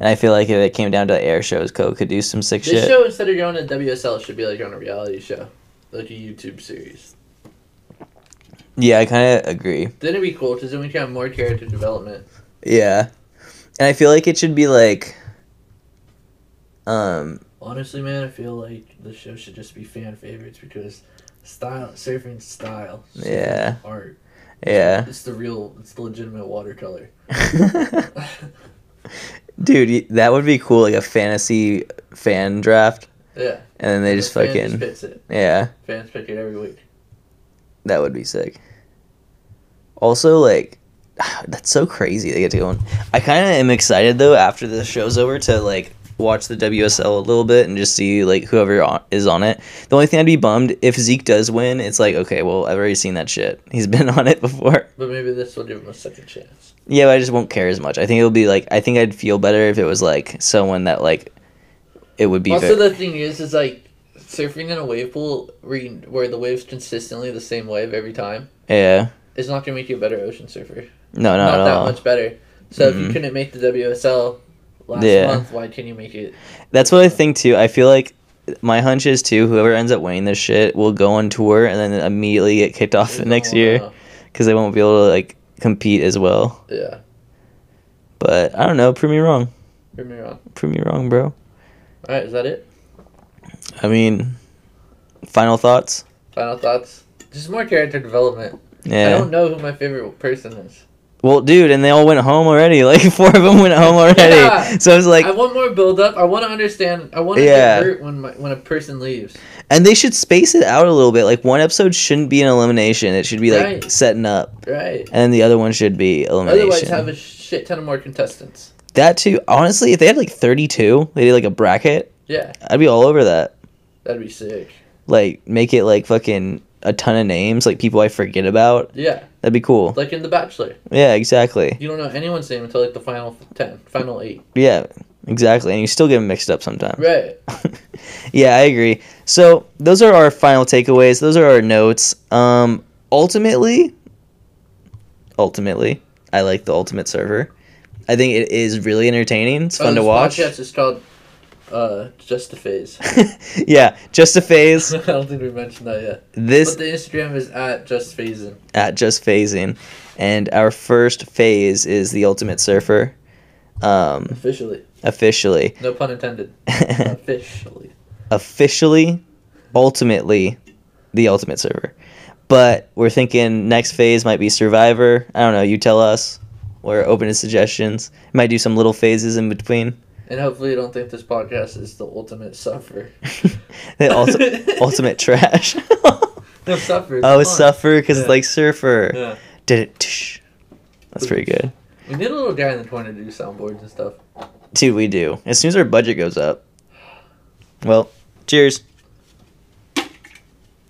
[SPEAKER 2] and I feel like if it came down to air shows, Koa could do some sick
[SPEAKER 3] This
[SPEAKER 2] shit.
[SPEAKER 3] show instead of going to WSL should be like on a reality show, like a YouTube series.
[SPEAKER 2] yeah, I kind of agree.
[SPEAKER 3] Then it'd be cool because then we can have more character development.
[SPEAKER 2] Yeah. And I feel like it should be like um
[SPEAKER 3] Honestly, man, I feel like the show should just be fan favorites because style surfing style. surfing's
[SPEAKER 2] Yeah.
[SPEAKER 3] Art.
[SPEAKER 2] yeah.
[SPEAKER 3] It's the real. It's the legitimate watercolor.
[SPEAKER 2] Dude, y- that would be cool like a fantasy fan draft
[SPEAKER 3] Yeah.
[SPEAKER 2] and then they just
[SPEAKER 3] The fan
[SPEAKER 2] fucking
[SPEAKER 3] picks it.
[SPEAKER 2] yeah,
[SPEAKER 3] Fans pick it every week.
[SPEAKER 2] that would be sick. Also like that's so crazy they get to go on. I kind of am excited though after the show's over to like watch the WSL a little bit and just see like whoever on, is on it. The only thing I'd be bummed if Zeke does win, it's like okay, well, I've already seen that shit. He's been on it before.
[SPEAKER 3] But maybe this will give them a second chance.
[SPEAKER 2] Yeah, but I just won't care as much. I think it'll be like I think I'd feel better if it was like someone that like it would be.
[SPEAKER 3] also,
[SPEAKER 2] ve-
[SPEAKER 3] the thing is, is like surfing in a wave pool where, you- where the wave's consistently the same wave every time
[SPEAKER 2] yeah,
[SPEAKER 3] is not gonna make you a better ocean surfer.
[SPEAKER 2] no, no,
[SPEAKER 3] not
[SPEAKER 2] no.
[SPEAKER 3] that much better. So if
[SPEAKER 2] Mhm.
[SPEAKER 3] you couldn't make the WSL last
[SPEAKER 2] Yeah.
[SPEAKER 3] month, why can you make it?
[SPEAKER 2] That's what I think too. I feel like my hunch is too. Whoever ends up winning this shit will go on tour and then immediately get kicked off
[SPEAKER 3] There's no
[SPEAKER 2] next
[SPEAKER 3] one
[SPEAKER 2] year
[SPEAKER 3] else.
[SPEAKER 2] because they won't be able to like compete as well.
[SPEAKER 3] Yeah,
[SPEAKER 2] But I don't know. Prove me wrong.
[SPEAKER 3] prove me wrong.
[SPEAKER 2] Prove me wrong, bro.
[SPEAKER 3] All right, is that it?
[SPEAKER 2] I mean, final thoughts.
[SPEAKER 3] Final thoughts. Just more character development. I
[SPEAKER 2] Yeah.
[SPEAKER 3] don't know who my favorite person is.
[SPEAKER 2] Well, dude, and they all went home already. Like four of them went home already.
[SPEAKER 3] Yeah.
[SPEAKER 2] So it's like,
[SPEAKER 3] I want more build up. I want to understand. I want to
[SPEAKER 2] Yeah.
[SPEAKER 3] get hurt when my, when a person leaves.
[SPEAKER 2] And they should space it out a little bit. Like one episode shouldn't be an elimination. It should be like
[SPEAKER 3] Right.
[SPEAKER 2] setting up,
[SPEAKER 3] Right.
[SPEAKER 2] and the other one should be
[SPEAKER 3] Otherwise,
[SPEAKER 2] elimination.
[SPEAKER 3] have a shit ton of more contestants.
[SPEAKER 2] that too. Honestly, if they had like thirty-two, they did like a bracket.
[SPEAKER 3] Yeah,
[SPEAKER 2] I'd be all over that.
[SPEAKER 3] that'd be sick.
[SPEAKER 2] Like make it like fucking a ton of names, like people I forget about.
[SPEAKER 3] Yeah,
[SPEAKER 2] That'd be cool.
[SPEAKER 3] like in The Bachelor,
[SPEAKER 2] Yeah, exactly.
[SPEAKER 3] you don't know anyone's name until like the final ten, final eight.
[SPEAKER 2] Yeah, exactly. And you still get them mixed up sometimes.
[SPEAKER 3] Right.
[SPEAKER 2] Yeah, I agree. So those are our final takeaways. Those are our notes. Um, ultimately, ultimately, I like the Ultimate Server. I think it is really entertaining. It's fun
[SPEAKER 3] Oh,
[SPEAKER 2] to
[SPEAKER 3] this
[SPEAKER 2] watch.
[SPEAKER 3] Podcast is called uh, Just a Phase.
[SPEAKER 2] yeah, just a phase.
[SPEAKER 3] I don't think we mentioned that yet.
[SPEAKER 2] This
[SPEAKER 3] but the Instagram is at Just Phasing.
[SPEAKER 2] at just phasing, and our first phase is the Ultimate Surfer, um,
[SPEAKER 3] Officially.
[SPEAKER 2] officially,
[SPEAKER 3] No pun intended. Officially.
[SPEAKER 2] officially, ultimately, the Ultimate Server. But we're thinking next phase might be Survivor. I don't know. You tell us. We're open to suggestions. Might do some little phases in between.
[SPEAKER 3] And hopefully you don't think this podcast is the ultimate suffer.
[SPEAKER 2] the ulti- ultimate trash.
[SPEAKER 3] No, suffer.
[SPEAKER 2] oh,
[SPEAKER 3] come
[SPEAKER 2] it's
[SPEAKER 3] on.
[SPEAKER 2] suffer because
[SPEAKER 3] Yeah.
[SPEAKER 2] it's like surfer.
[SPEAKER 3] Yeah.
[SPEAKER 2] Did it? tsh. That's pretty good,
[SPEAKER 3] We need a little guy in the corner to do soundboards and stuff.
[SPEAKER 2] dude. We do as soon as our budget goes up. Well, cheers.